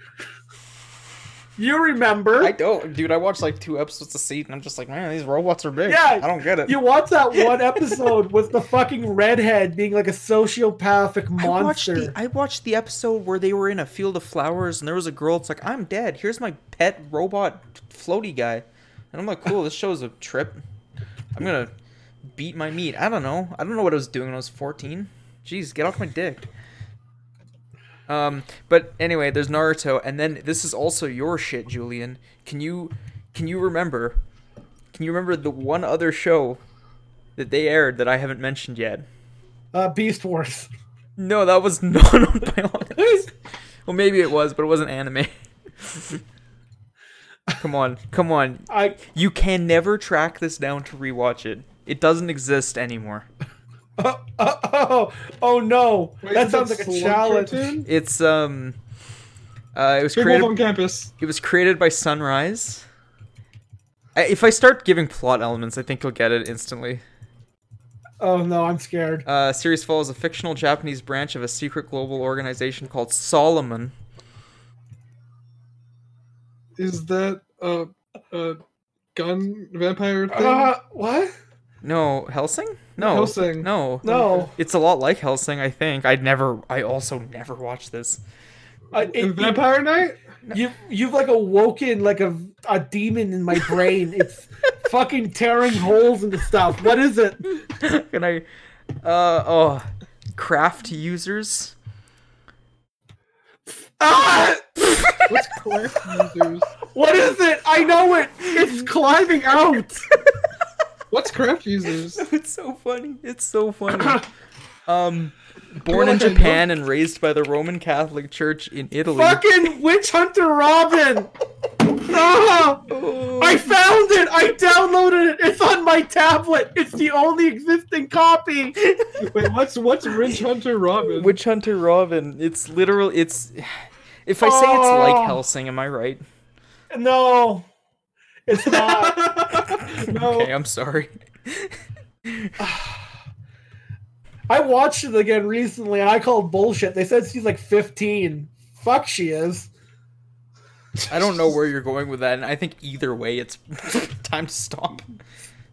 You remember? I don't, dude. I watched like two episodes of Seed, and I'm just like, man, these robots are big. Yeah, I don't get it. You watch that one episode with the fucking redhead being like a sociopathic I watched monster. the I watched the episode where they were in a field of flowers and there was a girl. It's like I'm dead. Here's my pet robot floaty guy, and I'm like, cool. This show's a trip. I'm gonna beat my meat. I don't know. I don't know what I was doing when I was 14. Jeez, get off my dick. Um, but anyway, there's Naruto, and then this is also your shit, Julian. Can you can you remember? Can you remember the one other show that they aired that I haven't mentioned yet? uh, Beast Wars. No, that was *laughs* not on Bionics. well, maybe it was, but it wasn't anime. come on, come on. I *laughs* You can never track this down to rewatch it. It doesn't exist anymore. oh oh, oh, oh, no! Wait, that is sounds like a Slug challenge. cartoon? It's um, uh, it was Big Wolf on created. campus. It was created by Sunrise. I, if I start giving plot elements, I think you'll get it instantly. Oh no, I'm scared. Uh, series follows a fictional Japanese branch of a secret global organization called Solomon. Is that a, a gun vampire thing? Uh, what? No, Helsing? No, Hellsing. No, No, It's a lot like Hellsing, I think. I'd never. I also never watched *laughs* this. I, it- vampire Night? you you've like awoken like a a demon in my brain. It's fucking tearing holes into stuff. What is it? Can I? Uh oh, craft users. Ah! What's craft users? What is it? I know it. It's climbing out. What's craft users? *laughs* It's so funny. It's so funny. *coughs* um, born You're in like a Japan and raised by the Roman Catholic Church in Italy. Fucking witch hunter Robin. Ah! Oh. I found it! I downloaded it! It's on my tablet! It's the only existing copy! Wait, what's what's Ridge Hunter Robin? Witch Hunter Robin. It's literal. It's. *sighs* If I say it's like Oh. Hellsing, am I right? No. It's not. no. *laughs* Okay, I'm sorry. I watched it again recently and I called bullshit. They said she's like 15. Fuck, she is. *sighs* I don't know where you're going with that, and I think either way, it's *laughs* time to stop.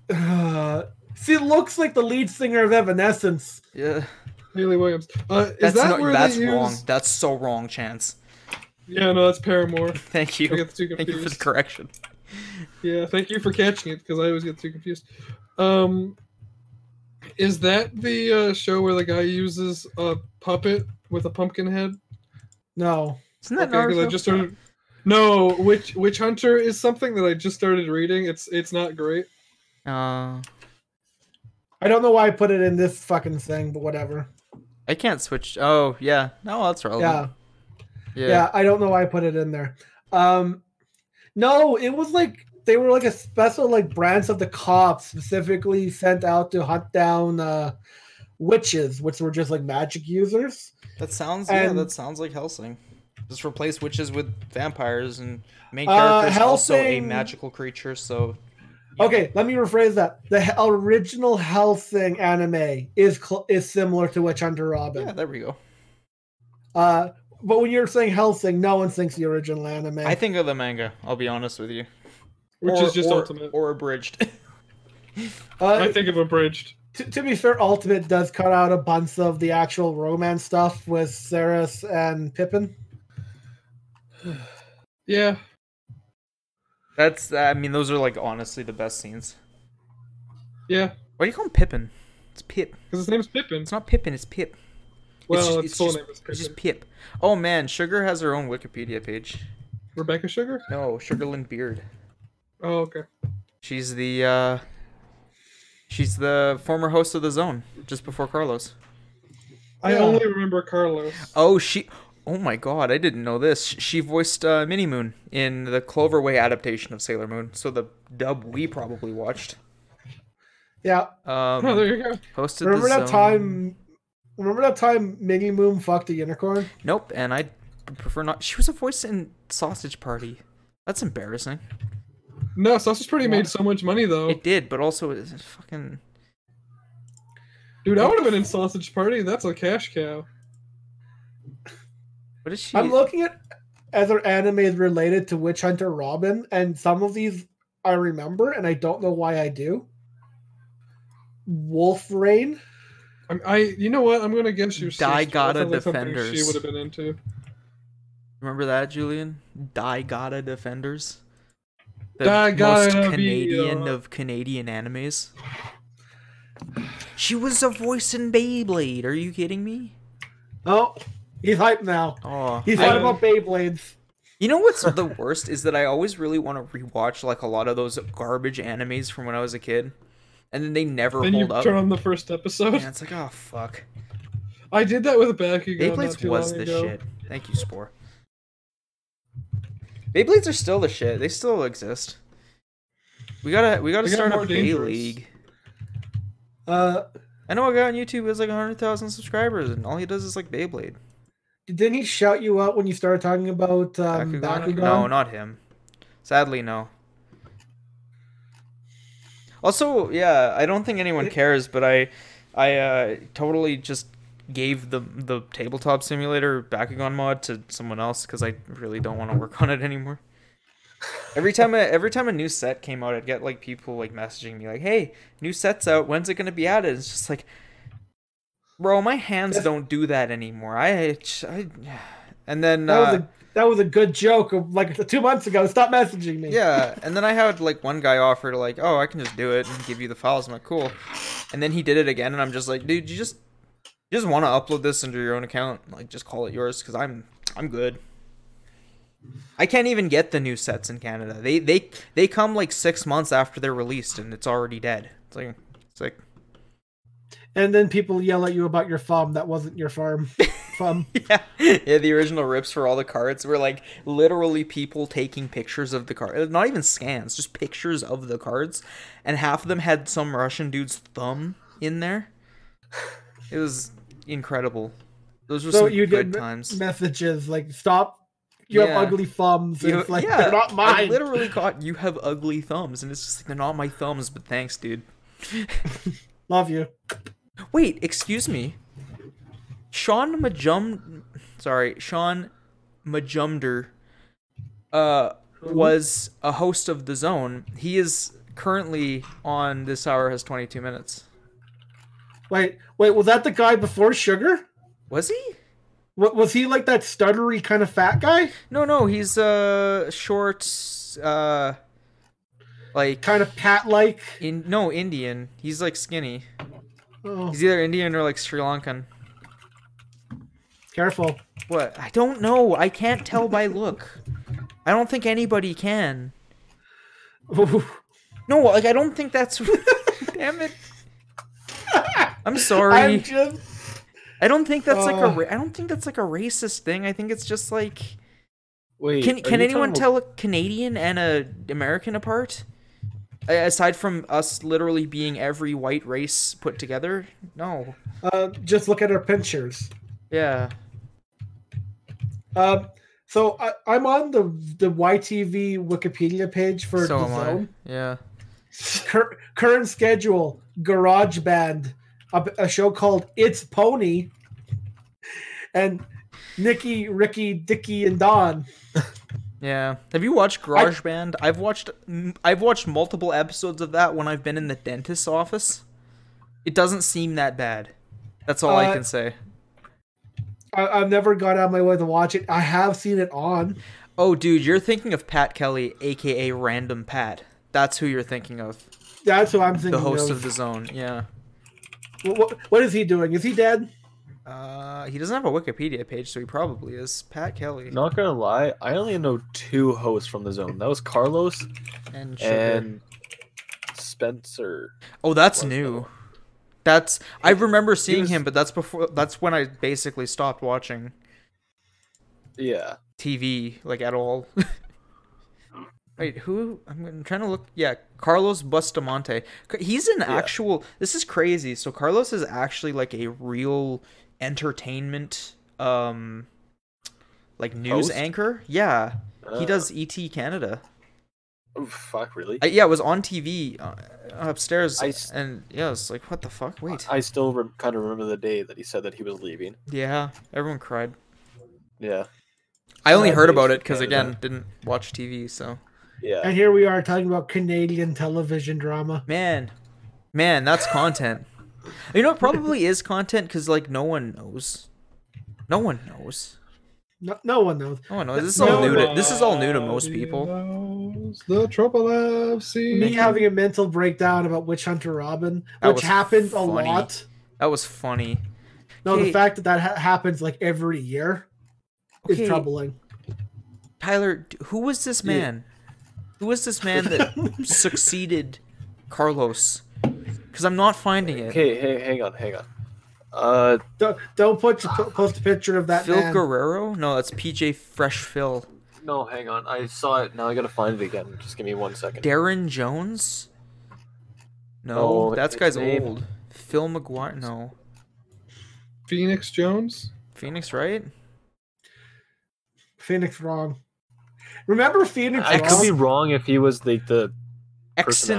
Uh, she looks like the lead singer of Evanescence. Yeah. Haley Williams. Uh, is That's that not. where That's they use... wrong. That's so wrong, Chance. *laughs* Yeah, no, that's Paramore. Thank I you. get the *laughs* two Thank you for confused. the correction. Yeah, thank you for catching it because I always get too confused. Um, is that the uh, show where the guy uses a puppet with a pumpkin head? No. Isn't that Okay, 'cause I Naruto? just started. No, Witch Witch Hunter is something that I just started reading. It's it's not great. Uh, I don't know why I put it in this fucking thing, but whatever. I can't switch. Oh yeah, no, that's Yeah. relevant. Yeah, Yeah, I don't know why I put it in there. Um, no, it was like they were like a special like branch of the cops specifically sent out to hunt down uh, witches, which were just like magic users. that sounds. yeah, And- that sounds like Helsing. Just replace witches with vampires and main Uh, character's also a Hellsing- magical creature. So Okay, let me rephrase that. The he- original Hellsing anime is cl- is similar to Witch Hunter Robin. yeah, there we go. Uh, but when you're saying Hellsing, no one thinks the original anime. I think of the manga. I'll be honest with you, Which Or- is just or, ultimate. or abridged. *laughs* uh, I think of abridged. to, to be fair, Ultimate does cut out a bunch of the actual romance stuff with Saris and Pippin. Yeah. That's I mean those are like honestly the best scenes. Yeah. Why do you call him Pippin? It's Pip. Because his name's Pippin. It's not Pippin. It's Pip. Well, just- its, full just, name is It's just Pippin. Pip. Oh man, Sugar has her own Wikipedia page. Rebecca Sugar? No, Sugarland Beard. Oh, okay. She's the uh she's the former host of the Zone just before Carlos. I Yeah. only remember Carlos. Oh, she Oh my god, I didn't know this. Sh- She voiced uh, Minnie Moon in the Cloverway adaptation of Sailor Moon, so the dub we probably watched. Yeah. Um, Oh, there you go. hosted Remember the Zone. that time? Remember that time Minnie Moon fucked a unicorn? Nope, and I prefer not. She was a voice in Sausage Party. That's embarrassing. No, Sausage Party Yeah. made so much money though. It did, but also it's fucking. Dude, I would have been in Sausage Party. That's a cash cow. What is she? I'm looking at other animes related to Witch Hunter Robin, and some of these I remember, and I don't know why I do. Wolf Rain. I'm, I, you know what? I'm gonna guess you. Daigata She Defenders. would have been into. Remember that, Julian? Daigata Defenders. The most Daigata be, Canadian uh, of Canadian animes. She was a voice in Beyblade. Are you kidding me? Oh, he's hyped now. Oh, He's I- hyped about Beyblades. You know what's the worst is that I always really want to rewatch like a lot of those garbage animes from when I was a kid, and then they never Then you hold up. turn on the first episode. Yeah, it's like oh fuck. I did that with Bakugo not Beyblades too was long the ago. shit. Thank you, Spore. Beyblades are still the shit. They still exist. We gotta we gotta They got start a more Bay dangerous. League. Uh, I know a guy on YouTube has like hundred thousand subscribers, and all he does is like Beyblade. didn't he shout you out when you started talking about um, Bakugan? Bakugan? No, not him. Sadly, no. Also, yeah, I don't think anyone cares, but I, I uh, totally just gave the the tabletop simulator Bakugan mod to someone else because I really don't want to work on it anymore. Every time, I, every time a new set came out, I'd get like people like messaging me like, "Hey, new set's out. When's it gonna be added?" It's just like, bro, my hands That's- don't do that anymore. I, I, and then That uh, was a that was a good joke of like two months ago. Stop messaging me. yeah, and then I had like one guy offer to like, oh, I can just do it and give you the files. I'm like, cool. And then he did it again, and I'm just like, dude, you just you just want to upload this into your own account, like just call it yours, because I'm I'm good. I can't even get the new sets in Canada. They they they come like six months after they're released, and it's already dead. It's like it's like And then people yell at you about your farm that wasn't *laughs* your farm. farm. yeah, yeah. The original rips for all the cards were like literally people taking pictures of the card, not even scans, just pictures of the cards, and half of them had some Russian dude's thumb in there. It was incredible. Those were So some you good get me- times. messages like stop. You Yeah. have ugly thumbs. You- and it's like yeah, they're not I mine. literally got you have ugly thumbs, and it's just like they're not my thumbs, but thanks, dude. Love you. Wait, excuse me. Sean Majum, sorry, Sean Majumder, uh, was a host of the Zone. He is currently on this hour has 22 minutes. Wait, wait. Was that the guy before Sugar? Was he? Wa- was he like that stuttery kind of fat guy? No, no, he's uh short, uh, like Kind of pat like. in no Indian. He's like skinny. Oh, He's either Indian or like Sri Lankan. careful. *laughs* What? I don't know. I can't tell by look. I don't think anybody can. No, like I don't think that's. *laughs* Damn it! I'm sorry. I'm I'm... just. I do not think that's like a. Uh. Ra- I don't think that's like a racist thing. I think it's just like. Wait, Can are can you anyone talking tell a Canadian and a American apart? A- Aside from us literally being every white race put together, no. Uh, just look at our pictures. Yeah. Um, so I, I'm on the the YTV Wikipedia page for so the am zone. I. Yeah. Cur- current schedule: Garage Band, a, a show called It's Pony, and Nikki, Ricky, Dicky, and Don. Yeah. Have you watched GarageBand? I've watched. I've watched multiple episodes of that when I've been in the dentist's office. It doesn't seem that bad. That's all I Uh, can say. I, I've never gone out of my way to watch it. I have seen it on. Oh, dude, you're thinking of Pat Kelly, aka Random Pat. That's who you're thinking of. That's who I'm thinking. The host of. of the Zone. Yeah. Wh- wh- what is he doing? Is he dead? Uh, he doesn't have a Wikipedia page, so he probably is Pat Kelly Not gonna lie, I only know two hosts from the zone. That was Carlos and Sugar. and Spencer. oh, that's was new. That's I remember seeing was- him, but that's before. That's when I basically stopped watching Yeah, TV like at all. *laughs* Wait, who? I'm I'm trying to look. Yeah, Carlos Bustamante. C- He's an actual. This is crazy. So Carlos is actually like a real entertainment, um, like news Host? anchor. Yeah, he Ah. does ET Canada. oh, fuck, really? I, yeah, it was on TV uh, upstairs, I s- and yeah, it's like what the fuck? Wait, I still rem kind of remember the day that he said that he was leaving. yeah, everyone cried. Yeah, I only Yeah, heard he was about it from because Canada. again, didn't watch TV. So yeah. And here we are talking about Canadian television drama. man, man, that's content. you know, it probably is content because like no one knows, no one knows, No, no one knows. no one knows. This is all No new to this is all new to most Nobody people. knows The trouble I've Me seen. having a mental breakdown about Witch Hunter Robin, That which was happens funny. a lot. That was funny. No, Okay. the fact that that ha- happens like every year Okay. is troubling. Tyler, d- who was this Yeah. man? Who was this man that succeeded Carlos? Because I'm not finding it. Okay, hey, hang on, hang on. Uh, Don't, don't put post a picture of that Phil man. Guerrero? No, that's PJ Fresh Phil. no, hang on. I saw it. Now I gotta find it again. Just give me one second. Darren Jones? No, No, that's Oh, guy's his name- old. Phil McGuire? No. Phoenix Jones. Phoenix, right? Phoenix wrong. Remember Phoenix I could be wrong? wrong if he was like the Person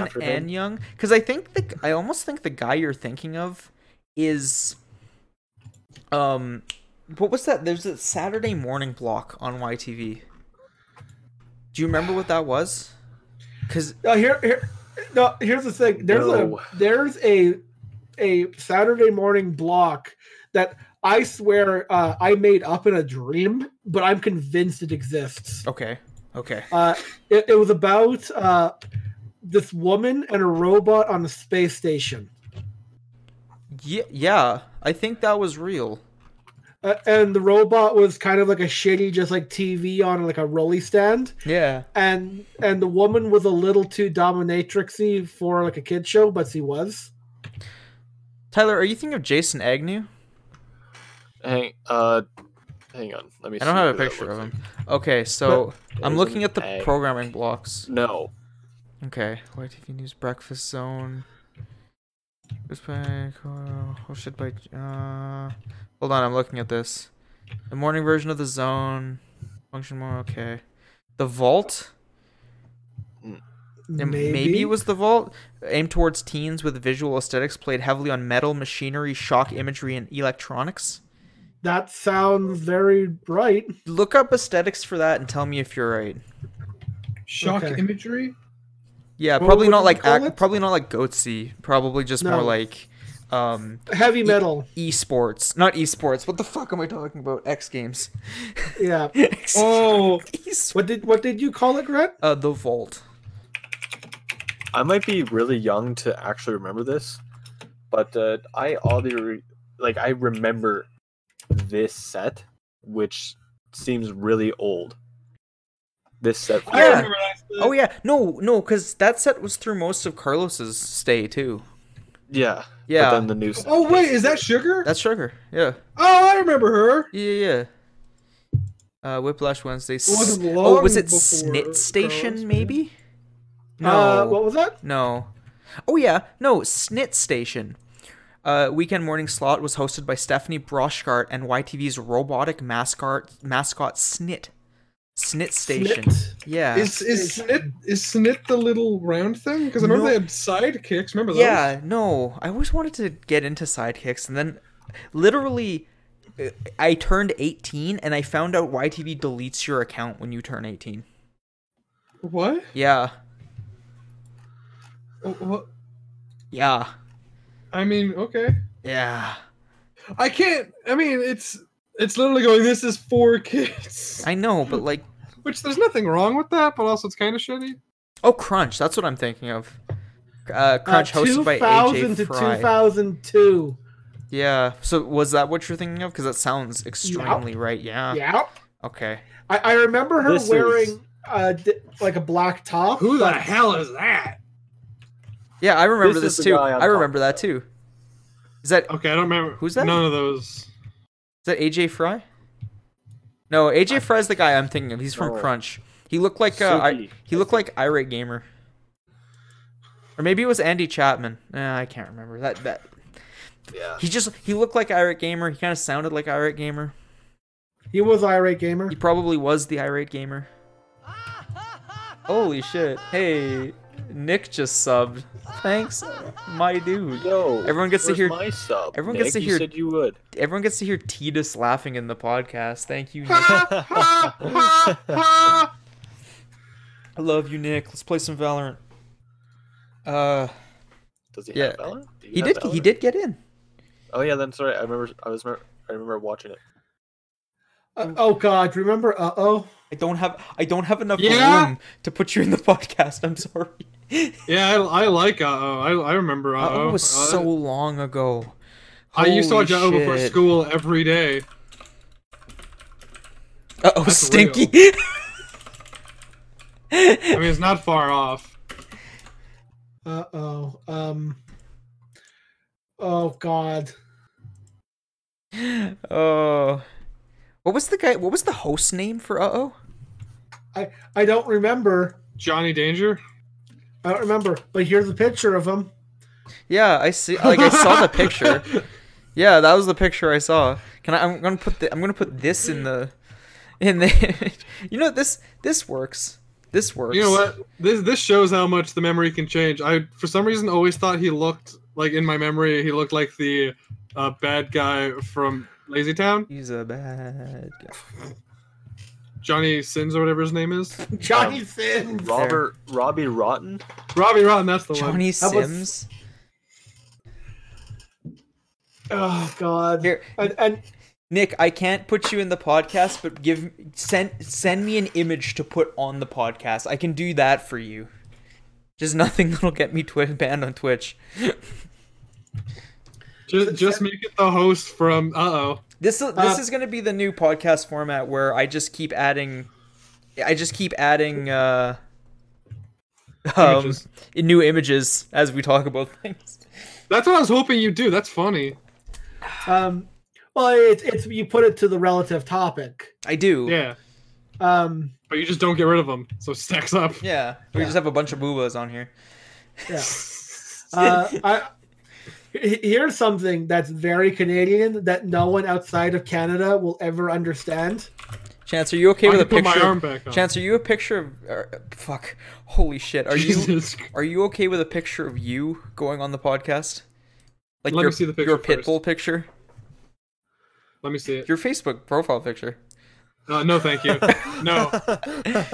Exton after him? and Young? Because I think the I almost think the guy you're thinking of is um what was that? There's a Saturday morning block on YTV. Do you remember what that was? Cause No, here, here, no, here's the thing. There's No. a there's a a Saturday morning block that I swear uh, I made up in a dream, but I'm convinced it exists. okay, okay. Uh, it, it was about uh, this woman and a robot on a space station, Yeah, yeah. I think that was real. uh, and the robot was kind of like a shitty, just like TV on like a rolly stand, Yeah. and and the woman was a little too dominatrixy for like a kid show, but she was. Tyler, are you thinking of Jason Agnew? hang. Uh, hang on. Let me. I don't see have a who that picture looks of like. him. Okay, so I'm Jason looking at the Agnew. programming blocks. No, Okay, YTV News Breakfast Zone. This by uh, hosted by. Uh, hold on, I'm looking at this. The morning version of the Zone. Function more okay. The Vault. Yeah, Maybe. it was the vault aimed towards teens with visual aesthetics played heavily on metal machinery shock imagery and electronics That sounds very right. look up aesthetics for that and tell me if you're right Shock *laughs* Okay. imagery. yeah What probably would not you like call ac- it? probably not like goatsy probably just more No. like um Heavy metal. esports not esports what the fuck am i talking about x games Yeah. X- Oh, esports. What did what did you call it, Grant? uh the vault I might be really young to actually remember this, but uh, I oddly re- like I remember this set, which seems really old. This set. I Yeah. remember when I said- oh yeah no no because that set was through most of carlos's stay too yeah. yeah But then the new set. Oh wait, is that sugar? that's sugar yeah Oh, I remember her. Yeah, yeah. Uh, Whiplash Wednesday. wasn't S- oh, was long it before Snit Girls, Station? but- maybe. No. Uh, what was that? No. Oh yeah, no Snit Station. Uh, weekend morning slot was hosted by Stephanie Broschkart and YTV's robotic mascot mascot Snit. Snit Station. Snit. Yeah. Is is Snit is Snit the little round thing? Because I remember No. they had sidekicks. Remember those? Yeah, no. I always wanted to get into sidekicks, and then literally, uh, I turned 18, and I found out YTV deletes your account when you turn 18. What? Yeah, Oh, What? yeah. I mean, okay. Yeah. I can't. I mean, it's it's literally going. This is *laughs* for kids, I know, but like which there's nothing wrong with that, but also it's kind of shitty. oh Crunch, that's what I'm thinking of. Uh Crunch Uh, hosted by AJ 2000 to Fry. 2002. Yeah. So was that what you're thinking of? Because that sounds extremely right. Yeah. yeah. Okay. I, I remember her This is- wearing uh, di- like a black top. Who the but- hell is that? Yeah, I remember This is this, the too. guy I'm I remember talking that too. Is that is Okay, I don't remember. Who's that? None *laughs* of those. *laughs* that AJ Fry? No, AJ Fry's the guy I'm thinking of. He's from No. Crunch. He looked like uh, I, Suki, he looked like irate gamer, or maybe it was Andy Chapman. Nah, I can't remember that. That Yeah. he just he looked like irate gamer. He kind of sounded like irate gamer. He was irate gamer. He probably was the irate gamer. Holy shit! Hey, Nick just subbed. Thanks, my dude. Yo, Everyone gets to where's hear- my sub. everyone Nick? gets to You hear- Said you would. Everyone gets to hear Titus laughing in the podcast. Thank *laughs* you. Nick. Ha, ha, ha, ha. I love you, Nick. Let's play some Valorant. Uh, Does he Yeah. have Valorant? Do you he have did. He Valorant? did get in. Oh yeah, then sorry. I remember. I was. mer- I remember watching it. Uh, oh God, remember? Uh oh. I don't have. I don't have enough Yeah? room to put you in the *laughs* podcast. I'm sorry. Yeah, I, I like uh oh. I, I remember uh Uh, oh. it was so long ago. I used to watch uh oh Holy before shit. school every day. Uh oh, That's stinky. I mean, it's not far off. Uh oh. Um. Oh God. oh, what was the guy? What was the host name for Uh oh? I don't remember. Johnny Danger. I don't remember. But here's a picture *laughs* of him. Yeah, I see. Like I saw the picture. *laughs* Yeah, that was the picture I saw. Can I? I'm gonna put the. I'm gonna put this in the. In the. *laughs* you know this. This works. This works. You know what? This this shows how much the memory can change. I for some reason always thought he looked like in my memory he looked like the uh, bad guy from Lazy Town, He's a bad guy. Johnny Sins or whatever his name is. Johnny Sins. Robert Robbie Rotten. Robbie Rotten, that's the one. Johnny That was- Sims. Oh God. Here, And, and Nick, I can't put you in the podcast, but give send send me an image to put on the podcast. I can do that for you. Just nothing *laughs* that'll get me twi- banned on Twitch. Just just make it the host from Uh Oh. This this is going to be the new podcast format where I just keep adding, I just keep adding uh, um, Images. new images as we talk about *laughs* things. That's what I was hoping you'd do. That's funny. um. Well, it's it's you put it to the relative topic. I do. Yeah, Um. but you just don't get rid of them, so stacks up. Yeah. We Yeah. just have a bunch of boobas on here. Yeah. *laughs* Uh, I, he- here's something that's very Canadian that no one outside of Canada will ever understand. Chance, are you okay I with a can put picture? my of- arm back on. Chance, are you a picture of? Or, fuck. Holy shit. Are *laughs* you Jesus. are you okay with a picture of you going on the podcast? Like Let me your see the picture your first. pitbull picture, Let me see it. your Facebook profile picture. Uh, no, *laughs* thank you. No, no,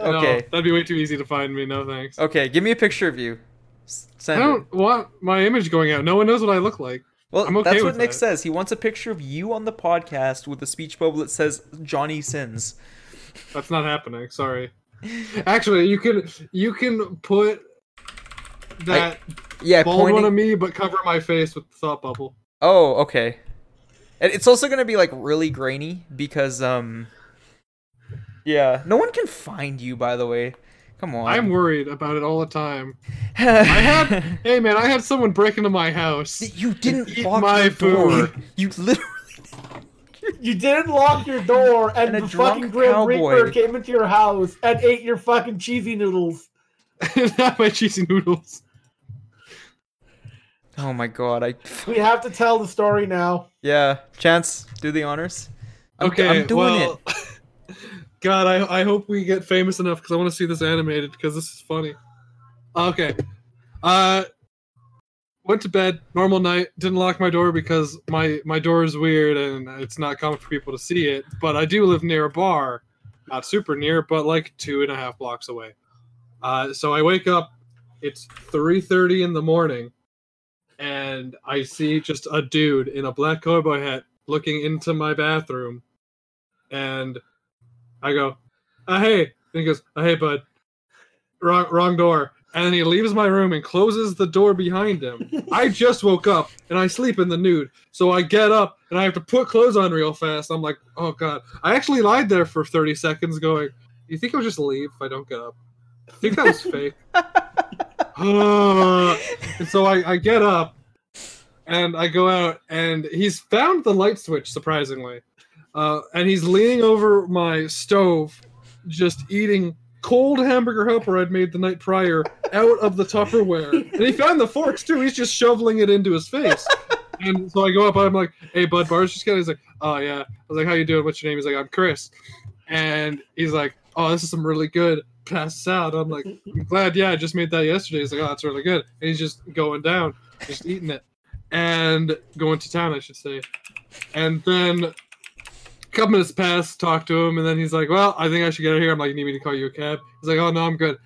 Okay. that'd be way too easy to find me. No thanks. Okay, give me a picture of you. S- I Send it. don't want my image going out. No one knows what I look like. Well, I'm okay that's what with Nick that. says. He wants a picture of you on the podcast with a speech bubble that says Johnny Sins. That's not happening. Sorry. Actually, you can you can put that Yeah, bald one of pointing. me, but cover my face with the thought bubble. Oh, okay. And it's also gonna be like really grainy because um, yeah, no one can find you. By the way, come on. *laughs* I'm worried about it all the time. I had hey man, I had someone break into my house. *laughs* you didn't Eat lock my your door. food. You literally. You didn't lock your door, *laughs* and, And a the fucking drunk Grim cowboy. Reaper came into your house and ate your fucking cheesy noodles. *laughs* Not my cheesy noodles. *laughs* Oh my god! I *laughs* We have to tell the story now. yeah. Chance, do the honors. I'm, okay, I'm doing well, *laughs* God, I I hope we get famous enough because I want to see this animated because this is funny. Okay, uh, went to bed, normal night. Didn't lock my door because my my door is weird and it's not common for people to see it. But I do live near a bar, not super near, but like two and a half blocks away. Uh, so I wake up. It's three thirty in the morning. and I see just a dude in a black cowboy hat looking into my bathroom, and I go, "Ah, "Hey," and he goes, "Ah, "Hey, bud, wrong wrong door." And then he leaves my room and closes the door behind him. I just woke up and I sleep in the nude, so I get up and I have to put clothes on real fast. I'm like, "Oh God!" I actually lied there for 30 seconds, going, "You think I'll just leave if I don't get up?" I think that was fake. "Ugh." and so I, I get up and I go out, and he's found the light switch, surprisingly. Uh, and he's leaning over my stove, just eating cold hamburger helper I'd made the night prior out of the Tupperware. And he found the forks too. He's just shoveling it into his face. And so I go up, I'm like, hey, bud, bars just got He's like, oh, yeah. I was like, how you doing? What's your name? He's like, I'm Chris. And he's like, oh, this is some really good. Pass this out. I'm like, I'm glad, yeah, I just made that yesterday. He's like, oh, that's really good. And he's just going down, just eating it, and going to town, I should say. And then a couple minutes pass, talk to him, and then he's like, well, I think I should get out of here. I'm like, you need me to call you a cab? He's like, oh, no, I'm good.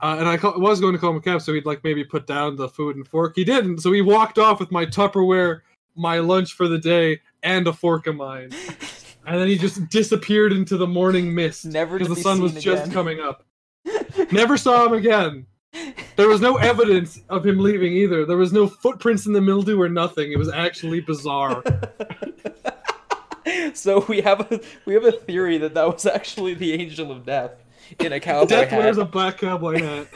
Uh, and I call, was going to call him a cab so he'd like maybe put down the food and fork. He didn't, so he walked off with my Tupperware, my lunch for the day, and a fork of mine. And then he just disappeared into the morning mist Never to because the be sun was seen just again. *laughs* coming up. Never saw him again. There was no evidence of him leaving either. There was no footprints in the mildew or nothing. It was *laughs* actually bizarre. so we have a we have a theory that that was actually the angel of death in a cowboy Death hat. wears a black cowboy hat.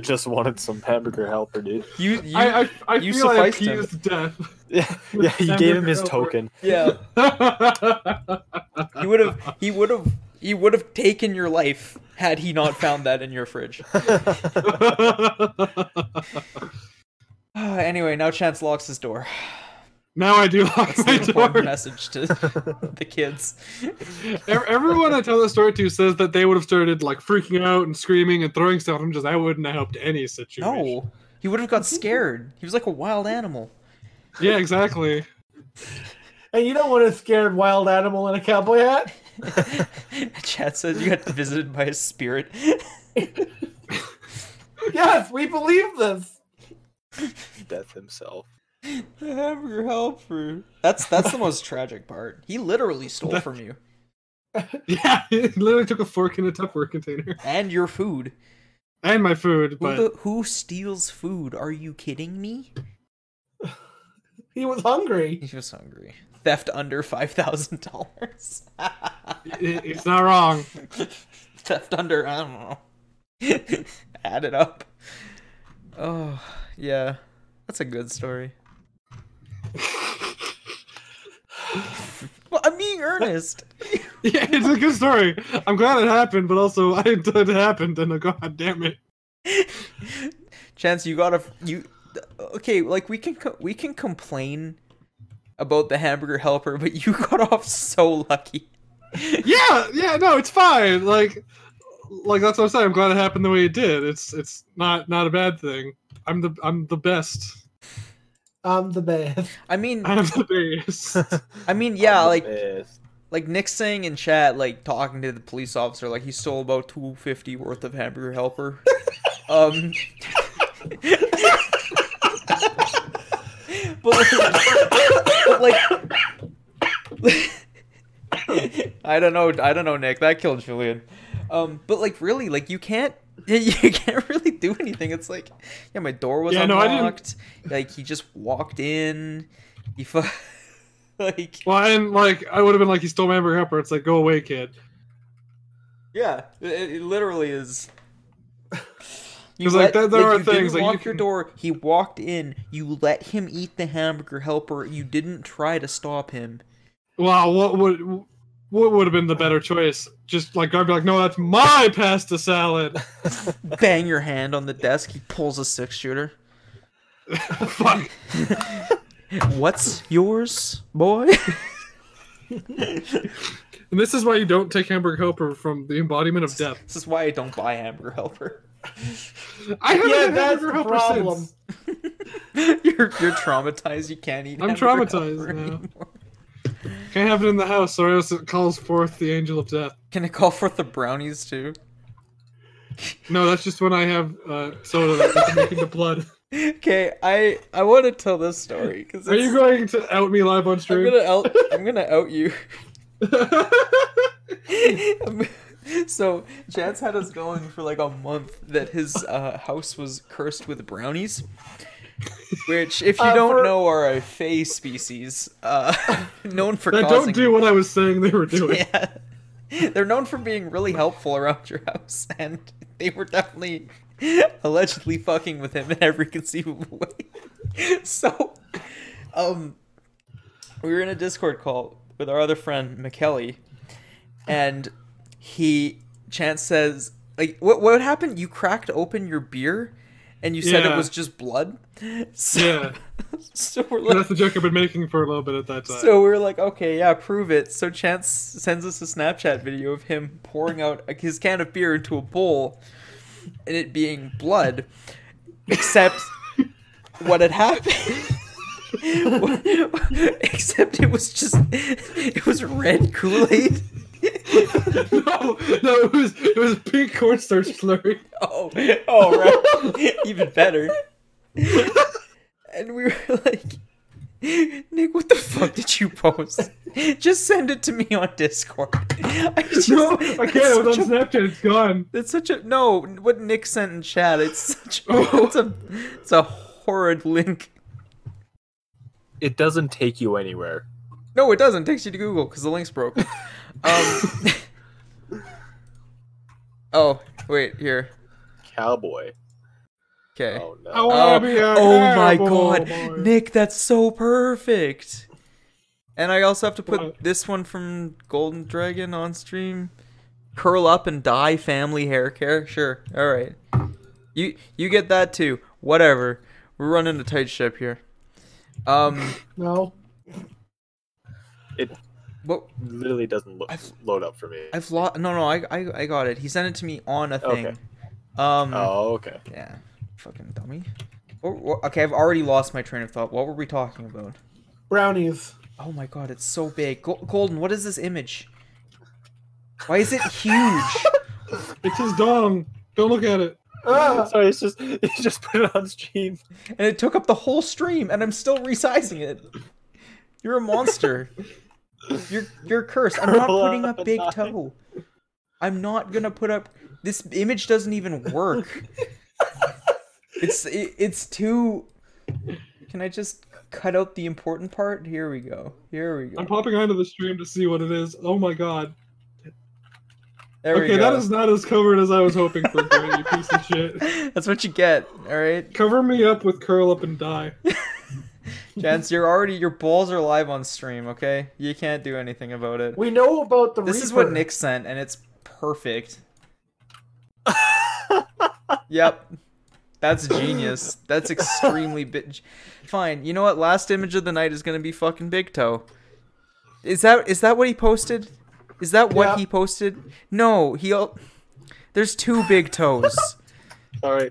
Just wanted some hamburger helper, dude. *laughs* You, *laughs* you I, I, I you feel I sufficed him. *laughs* appeased death. Yeah, yeah. You gave him his Hamburger helper. token. yeah, he would have he would have he would have taken your life had he not found that in your fridge. *sighs* *laughs* *laughs* Ah, anyway, now Chance locks his door. now I do lock That's the *laughs* my important door. message to the kids. Ev- E-, Everyone I tell the story to says that they would have started like freaking out and screaming and throwing stuff. I'm just I wouldn't have helped any situation. No, he would have got scared. He was like a wild animal. *laughs* Yeah, exactly. *laughs* And you don't want a scared wild animal in a cowboy hat. Chad says you got visited by a spirit. Yes, we believe this. Death himself. Have your help for that's that's the most tragic part. He literally stole from you Yeah, it literally took a fork in a Tupperware container and your food. and my food, Who, but the, who steals food? Are you kidding me? He was hungry. He was hungry. Theft under five thousand dollars. *laughs* it, it's not wrong. Theft under I don't know. *laughs* Add it up. Oh yeah, that's a good story. well, I'm being earnest. *laughs* Yeah, it's a good story. I'm glad it happened, but also I it happened, and uh, god damn it. Chance, you gotta you. Okay, like we can co- we can complain about the hamburger helper, but you *laughs* got off so lucky. Yeah, yeah, no, it's fine. Like, like that's what I'm saying. I'm glad it happened the way it did. It's it's not not a bad thing. I'm the I'm the best. *laughs* I'm the best. I mean, I'm the best. I mean, yeah, I'm the like best. like Nick saying in chat, like talking to the police officer, like he stole about two fifty worth of hamburger *laughs* helper. um, but like, *laughs* but like- I don't know, I don't know, Nick. That killed Julian. Um, but like, really, like you can't. *laughs* You can't really do anything. It's like, yeah, my door was Yeah, no, I didn't- unlocked. Like he just walked in. He fu- *laughs* like well, and like I would have been like, he stole my hamburger helper. It's like, go away, kid. Yeah, it, it literally is. You 'Cause, let- like, there- there are you didn't things, like, you lock your can- door. He walked in. You let him eat the hamburger helper. You didn't try to stop him. Wow, what would what would have been the better choice? Just like I'd be like, no, that's my pasta salad. *laughs* Bang your hand on the desk. He pulls a six shooter. Fuck. What's yours, *laughs* boy? And this is why you don't take hamburger helper from the embodiment of death. this is why I don't buy hamburger *laughs* helper. I haven't Yeah, had that's hamburger the helper problem. since. you're you're traumatized. You can't eat. I'm hamburger traumatized helper now. anymore. Can't have it in the house, or else it calls forth the angel of death. Can I call forth the brownies too? No, that's just when I have uh, soda that's making the blood. Okay, I I want to tell this story because Are you going to out me live on I'm stream? *laughs* gonna out I'm gonna out you. *laughs* so Chad's had us going for like a month that his uh, house was cursed with brownies, which, if you Uh, don't for- know, are a fey species uh, *laughs* known for I causing. don't do what I was saying they were doing. yeah. They're known for being really helpful around your house, and they were definitely allegedly fucking with him in every conceivable way. So, um, we were in a Discord call with our other friend McKelly, and he Chance says, like, what what happened? You cracked open your beer, and you said it Yeah. was just blood. *laughs* So, Yeah. so we're like, That's the joke I've been making for a little bit at that time. so we were like, okay, yeah, prove it. So Chance sends us a Snapchat video of him pouring out his can of beer into a bowl and it being blood. Except what had happened. *laughs* Except it was just. It was red Kool Aid. no, *laughs* no, it was it was pink cornstarch slurry. Oh, oh, *laughs* right. Even better. And we were like, Nick, what the fuck did you post? Just send it to me on Discord. *laughs* I *laughs* just, No, I can't. It was That's on such, a, Snapchat. It's gone. that's such a no. What Nick sent in chat, it's such. Oh. It's a, it's a horrid link. It doesn't take you anywhere. No, it doesn't. It takes you to Google because the link's broke. Um. *laughs* oh wait, here. Cowboy. Okay. Oh no. I wanna Oh, be a oh my cowboy. god, Nick, that's so perfect. And I also have to put What? this one from Golden Dragon on stream. Curl up and die family hair care. Sure. All right. You you get that too. Whatever. We're running a tight ship here. Um *laughs* No. It but literally doesn't look, I've- load up for me. I've lost no no, I, I I got it. He sent it to me on a thing. Okay. Um Oh okay. yeah. Fucking dummy. What- what- Okay, I've already lost my train of thought. What were we talking about? Brownies. Oh my god, it's so big. Go- Golden, what is this image? Why is it *laughs* huge? It's his dong. Don't look at it. Ah, Sorry, it's just *laughs* it's just put it on stream. and it took up the whole stream, and I'm still resizing it. You're a monster. You're you're cursed. I'm not putting up *laughs* big toe. I'm not gonna put up. This image doesn't even work. It's it, it's too. Can I just cut out the important part? Here we go. Here we go. I'm popping onto the stream to see what it is. Oh my god. There okay, we go. that is not as covered as I was hoping for, Grant, you piece of shit. *laughs* That's what you get. All right. Cover me up with curl up and die. *laughs* Gents, you're already your balls are live on stream, okay? You can't do anything about it. we know about the. This is what Reaper. Nick sent, and it's *laughs* perfect. yep. That's genius. That's extremely big. Fine. You know what? Last image of the night is gonna be fucking Big Toe. Is that is that what he posted? Is that what Yeah. he posted? No, he. al- There's two big toes. Sorry.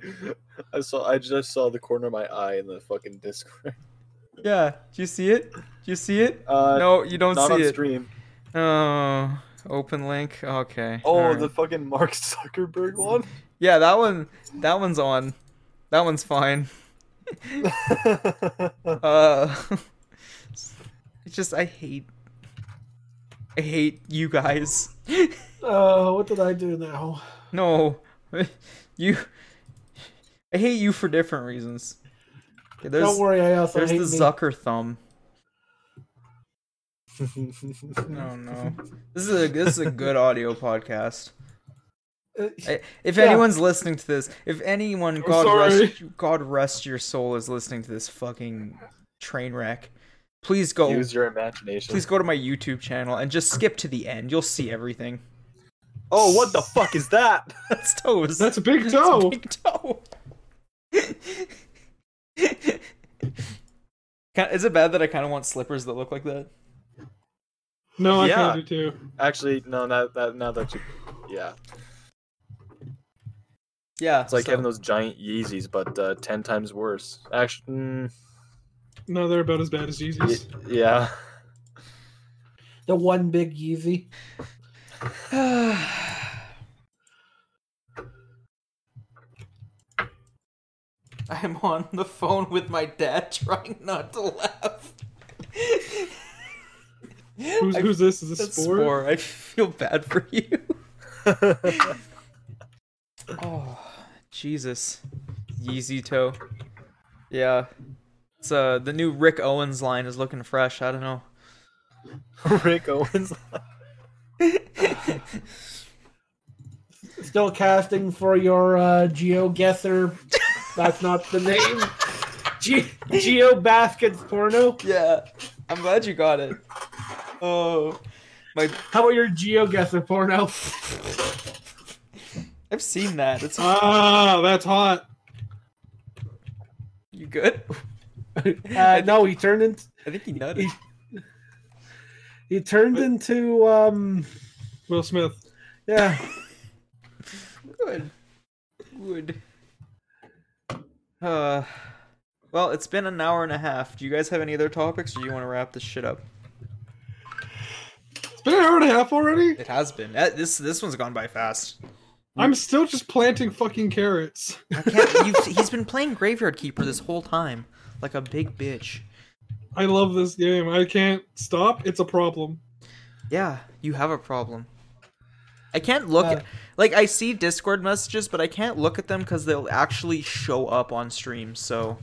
I saw I just saw the corner of my eye in the fucking Discord. *laughs* *laughs* yeah. Do you see it? Do you see it? Uh no, you don't not see on it. stream. Oh, open link. Okay. Oh, alright. the fucking Mark Zuckerberg *laughs* one. yeah, that one. That one's on. That one's fine. Uh, *laughs* it's just I hate. I hate you guys. *laughs* Uh, what did I do now? No, *laughs* you. I hate you for different reasons. Okay, there's Don't worry, I also there's hate the me. Zucker thumb. Oh no, this is a this is a good *laughs* audio podcast. Uh, I- If Yeah. anyone's listening to this, if anyone, God sorry. rest, God rest your soul, is listening to this fucking train wreck, please go, Use your imagination. please go to my YouTube channel and just skip to the end. You'll see everything. *laughs* Oh, what the fuck is that? That's toes. *laughs* That's a big toe. big toe. *laughs* Ca- is it bad that I kind of want slippers that look like that? No, I Yeah. kind of do too. Actually, no, not that. Now that you, yeah, Yeah, it's like so- having those giant Yeezys, but uh, ten times worse. Actually, mm, No, they're about as bad as y- Yeezys. yeah. The one big Yeezy. I *laughs* I'm on the phone with my dad *laughs* trying not to laugh. Who's, I- who's this? Is this that's Spore? Spore. I feel bad for *laughs* you. oh, Jesus. Yeezy toe. Yeah. It's uh the new Rick Owens line is looking fresh. I don't know. *laughs* Rick Owens. Still casting for your uh, Geo Guesser. That's not the name. Ge- Geo Baskets Porno. Yeah. I'm glad you got it. Oh. My How about your Geo Guesser Porno? *laughs* I've seen that. It's Ah, that's hot. you good? Uh, no, he turned into I think he nutted. he turned into um Will Smith. yeah. Good. Good. Uh, well, it's been an hour and a half. Do you guys have any other topics, or do you want to wrap this shit up? It's been an hour and a half already. It has been. Uh, This this one's gone by fast. I'm still just planting fucking carrots. *laughs* I can't. You've, he's been playing Graveyard Keeper this whole time, like a big bitch. I love this game. I can't stop. It's a problem. Yeah, you have a problem. I can't look Uh, at like I see Discord messages, but I can't look at them because they'll actually show up on stream. So,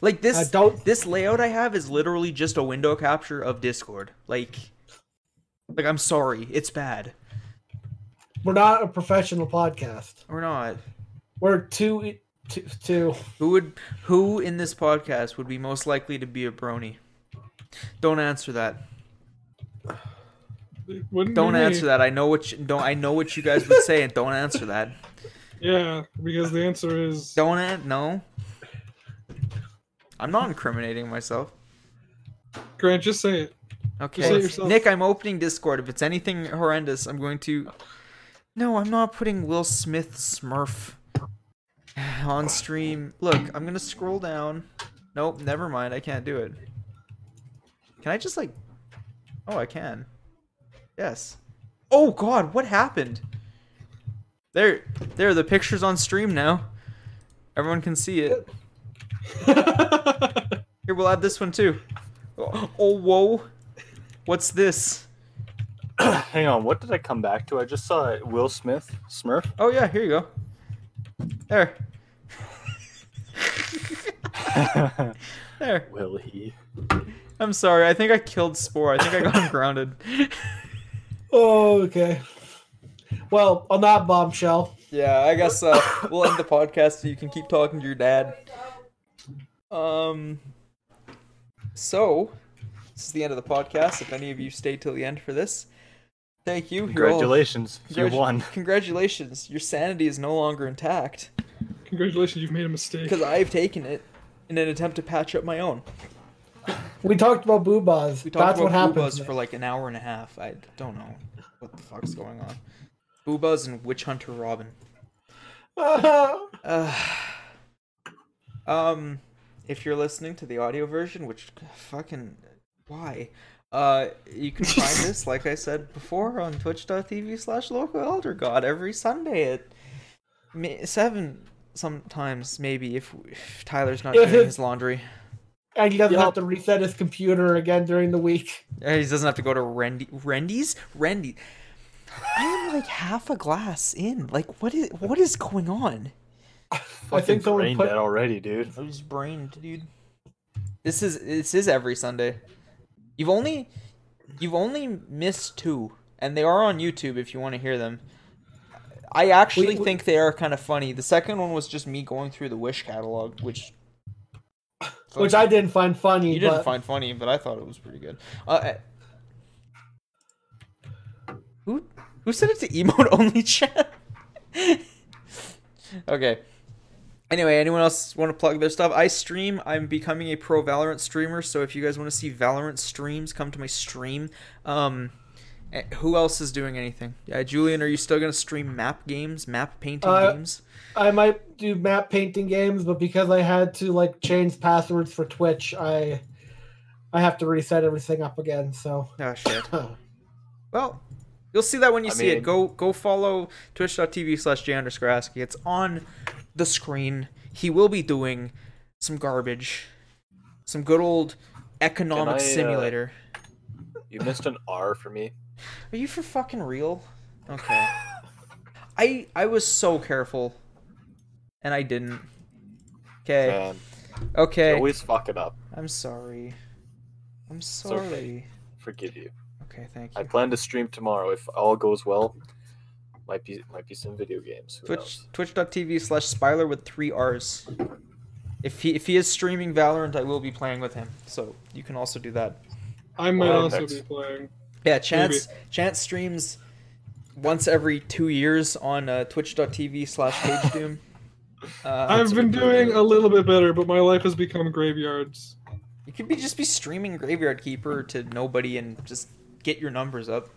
like this, Uh, don't- this layout I have is literally just a window capture of Discord. Like, like I'm sorry, it's bad. We're not a professional podcast. Or not. We're two e, two two. *laughs* Who would who in this podcast would be most likely to be a brony? Don't answer that. It wouldn't Don't be me. answer that. I know what you, don't. I know what you guys would say, and don't answer that. Yeah, because the answer is Don't it? No. I'm not incriminating myself. Grant. Just say it. say it Okay. yourself. Nick, I'm opening Discord. If it's anything horrendous, I'm going to. No, I'm not putting Will Smith Smurf on stream. Look, I'm going to scroll down. Nope, never mind. I can't do it. Can I just, like. Oh, I can. Yes. Oh, God, what happened? There, there, the picture's on stream now. Everyone can see it. Here, we'll add this one too. *gasps* Oh, oh, whoa. What's this? *coughs* Hang on, what did I come back to? I just saw Will Smith Smurf. *laughs* Oh, yeah, here you go. There. there. Will he? I'm sorry. I think I killed Spore. I think I got him grounded. Oh, okay. Well, on that bombshell, Yeah, I guess uh, we'll end the podcast so you can keep talking to your dad. Um. So, this is the end of the podcast. If any of you stayed till the end for this, thank you. You're all- Congratulations, you Congratu- won. Congratulations, your sanity is no longer intact Congratulations, you've made a mistake. because I've taken it in an attempt to patch up my own. we talked about boobas. We talked That's what about happened. boobas *laughs* for like an hour and a half. I don't know what the fuck's going on. Boobas and Witch Hunter Robin. Uh, um, if you're listening to the audio version, which fucking why? Uh, you can find this, like I said before, on twitch.tv slash local elder god every Sunday at ma- seven. Sometimes maybe if, if Tyler's not If doing it- his laundry, and he doesn't Yup. have to reset his computer again during the week. Uh, he doesn't have to go to Rendy Rendy's Rendy. I am like half a glass in. Like what is what is going on? I think someone Brain put dead already, dude. I was brained, dude. This is this is every Sunday. You've only you've only missed two, and they are on YouTube if you want to hear them. I actually We- we- think they are kind of funny. The second one was just me going through the Wish catalog, which which I didn't find funny. you didn't but find funny, but I thought it was pretty good. Uh, I- who who said it to emote *laughs* only chat? okay. Anyway, anyone else want to plug their stuff? I stream. I'm becoming a pro Valorant streamer, so if you guys want to see Valorant streams, come to my stream. Um, eh, who else is doing anything? Yeah, Julian, are you still gonna stream map games, map painting Uh, games? I might do map painting games, but because I had to like change passwords for Twitch, I I have to reset everything up again. So Oh shit. Well, you'll see that when you I see it. mean- Go go follow twitch.tv slash J underscore ASCII. It's on the screen. He will be doing some garbage, some good old economic I, uh, simulator. You missed an R for me. Are you for fucking real? *laughs* Okay. I I was so careful, and I didn't. Okay. Man, you Okay. always fuck it up. I'm sorry. I'm sorry. okay. Forgive you. Okay, thank I you. plan to stream tomorrow if all goes well. Might be might be some video games. Who Twitch knows? twitch.tv slash Spyler with three R's. If he if he is streaming Valorant, I will be playing with him. So you can also do that. I might Well, also thanks. be playing. Yeah, Chance Chance streams once every two years on uh, twitch.tv slash *laughs* cagedoom. Uh, I've been doing a little bit better, but my life has become graveyards. you could be just be streaming Graveyard Keeper to nobody and just get your numbers up.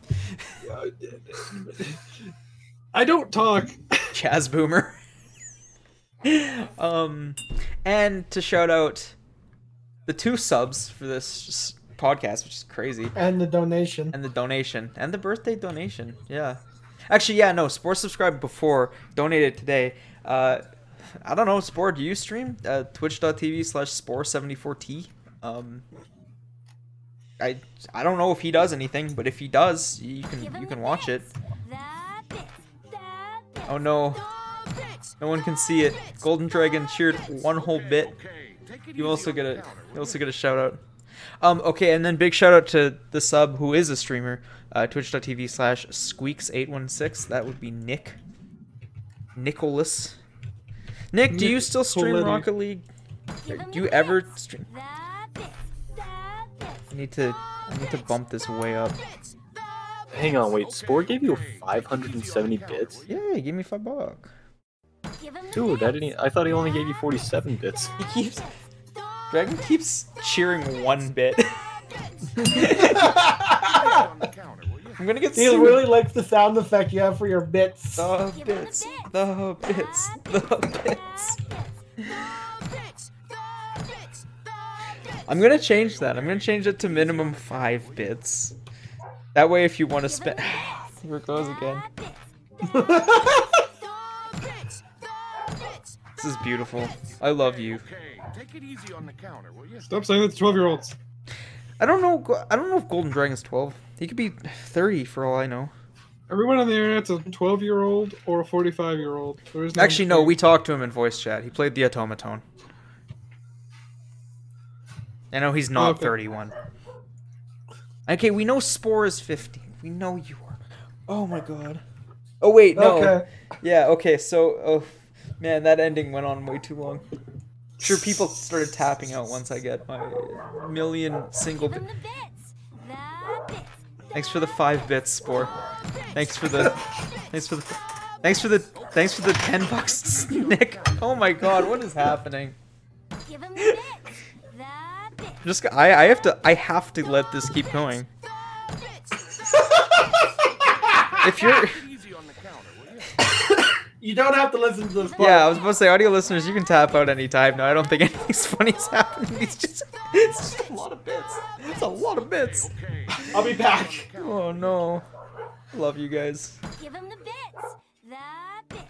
I don't talk. Chaz Boomer. um, and to shout out the two subs for this s- podcast, which is crazy, and the *laughs* donation. *laughs* and the donation and the birthday donation. Yeah, actually, yeah, no, Spore subscribed before, donated today. Uh, I don't know, Spore, do you stream? Uh, Twitch.tv slash Spore74t. Um, I I don't know if he does anything, but if he does, you can you can watch it. Oh no. No one can see it. Golden Dragon cheered one whole bit. You also get a you also get a shout out. Um, okay, and then big shout out to the sub who is a streamer, uh, twitch.tv slash squeaks816. That would be Nick. Nicholas. Nick, do you still stream Nicoletti. Rocket League? Do Do you you ever ever stream? I I need to I need to bump this way up. Hang on, wait. Spore gave you 570 bits, Yeah, give me five bucks. dude. I didn't. e, I thought he only gave you 47 bits. He keeps Dragon keeps cheering one bit. *laughs* I'm gonna get He sued. really likes the sound effect you have for your bits. The Give him the bits, bits. the bits, the bits. I'm gonna change that. I'm gonna change it to minimum five bits. That way, if you want to spend, *sighs* here it goes again. *laughs* This is beautiful. I love you. Stop saying that to 12 year olds. I don't know. I don't know if Golden Dragon's 12. He could be 30 for all I know. Everyone on the internet's a 12 year old or a 45 year old. There is no Actually, no. thing. We talked to him in voice chat. He played the automaton. I know he's not Okay. 31. Okay, we know Spore is 15. We know you are. Oh my god. Oh wait, no. Okay. Yeah, okay, so oh man, that ending went on way too long. Sure people started tapping out once I get my million single bit. Thanks for the 5 bits spore. Thanks for the Thanks for the Thanks for the Thanks for the 10 bucks *laughs* Nick. Oh my god, what is happening? I'm just I I have to I have to let this keep going. If you're *laughs* You don't have to listen to this part. Yeah, I was supposed to say audio listeners, you can tap out any time. No, I don't think *laughs* anything's funny is happening. It's just it's just a lot of bits. It's a lot of bits. I'll be back. Oh no. Love you guys. Give him the bits. The bits.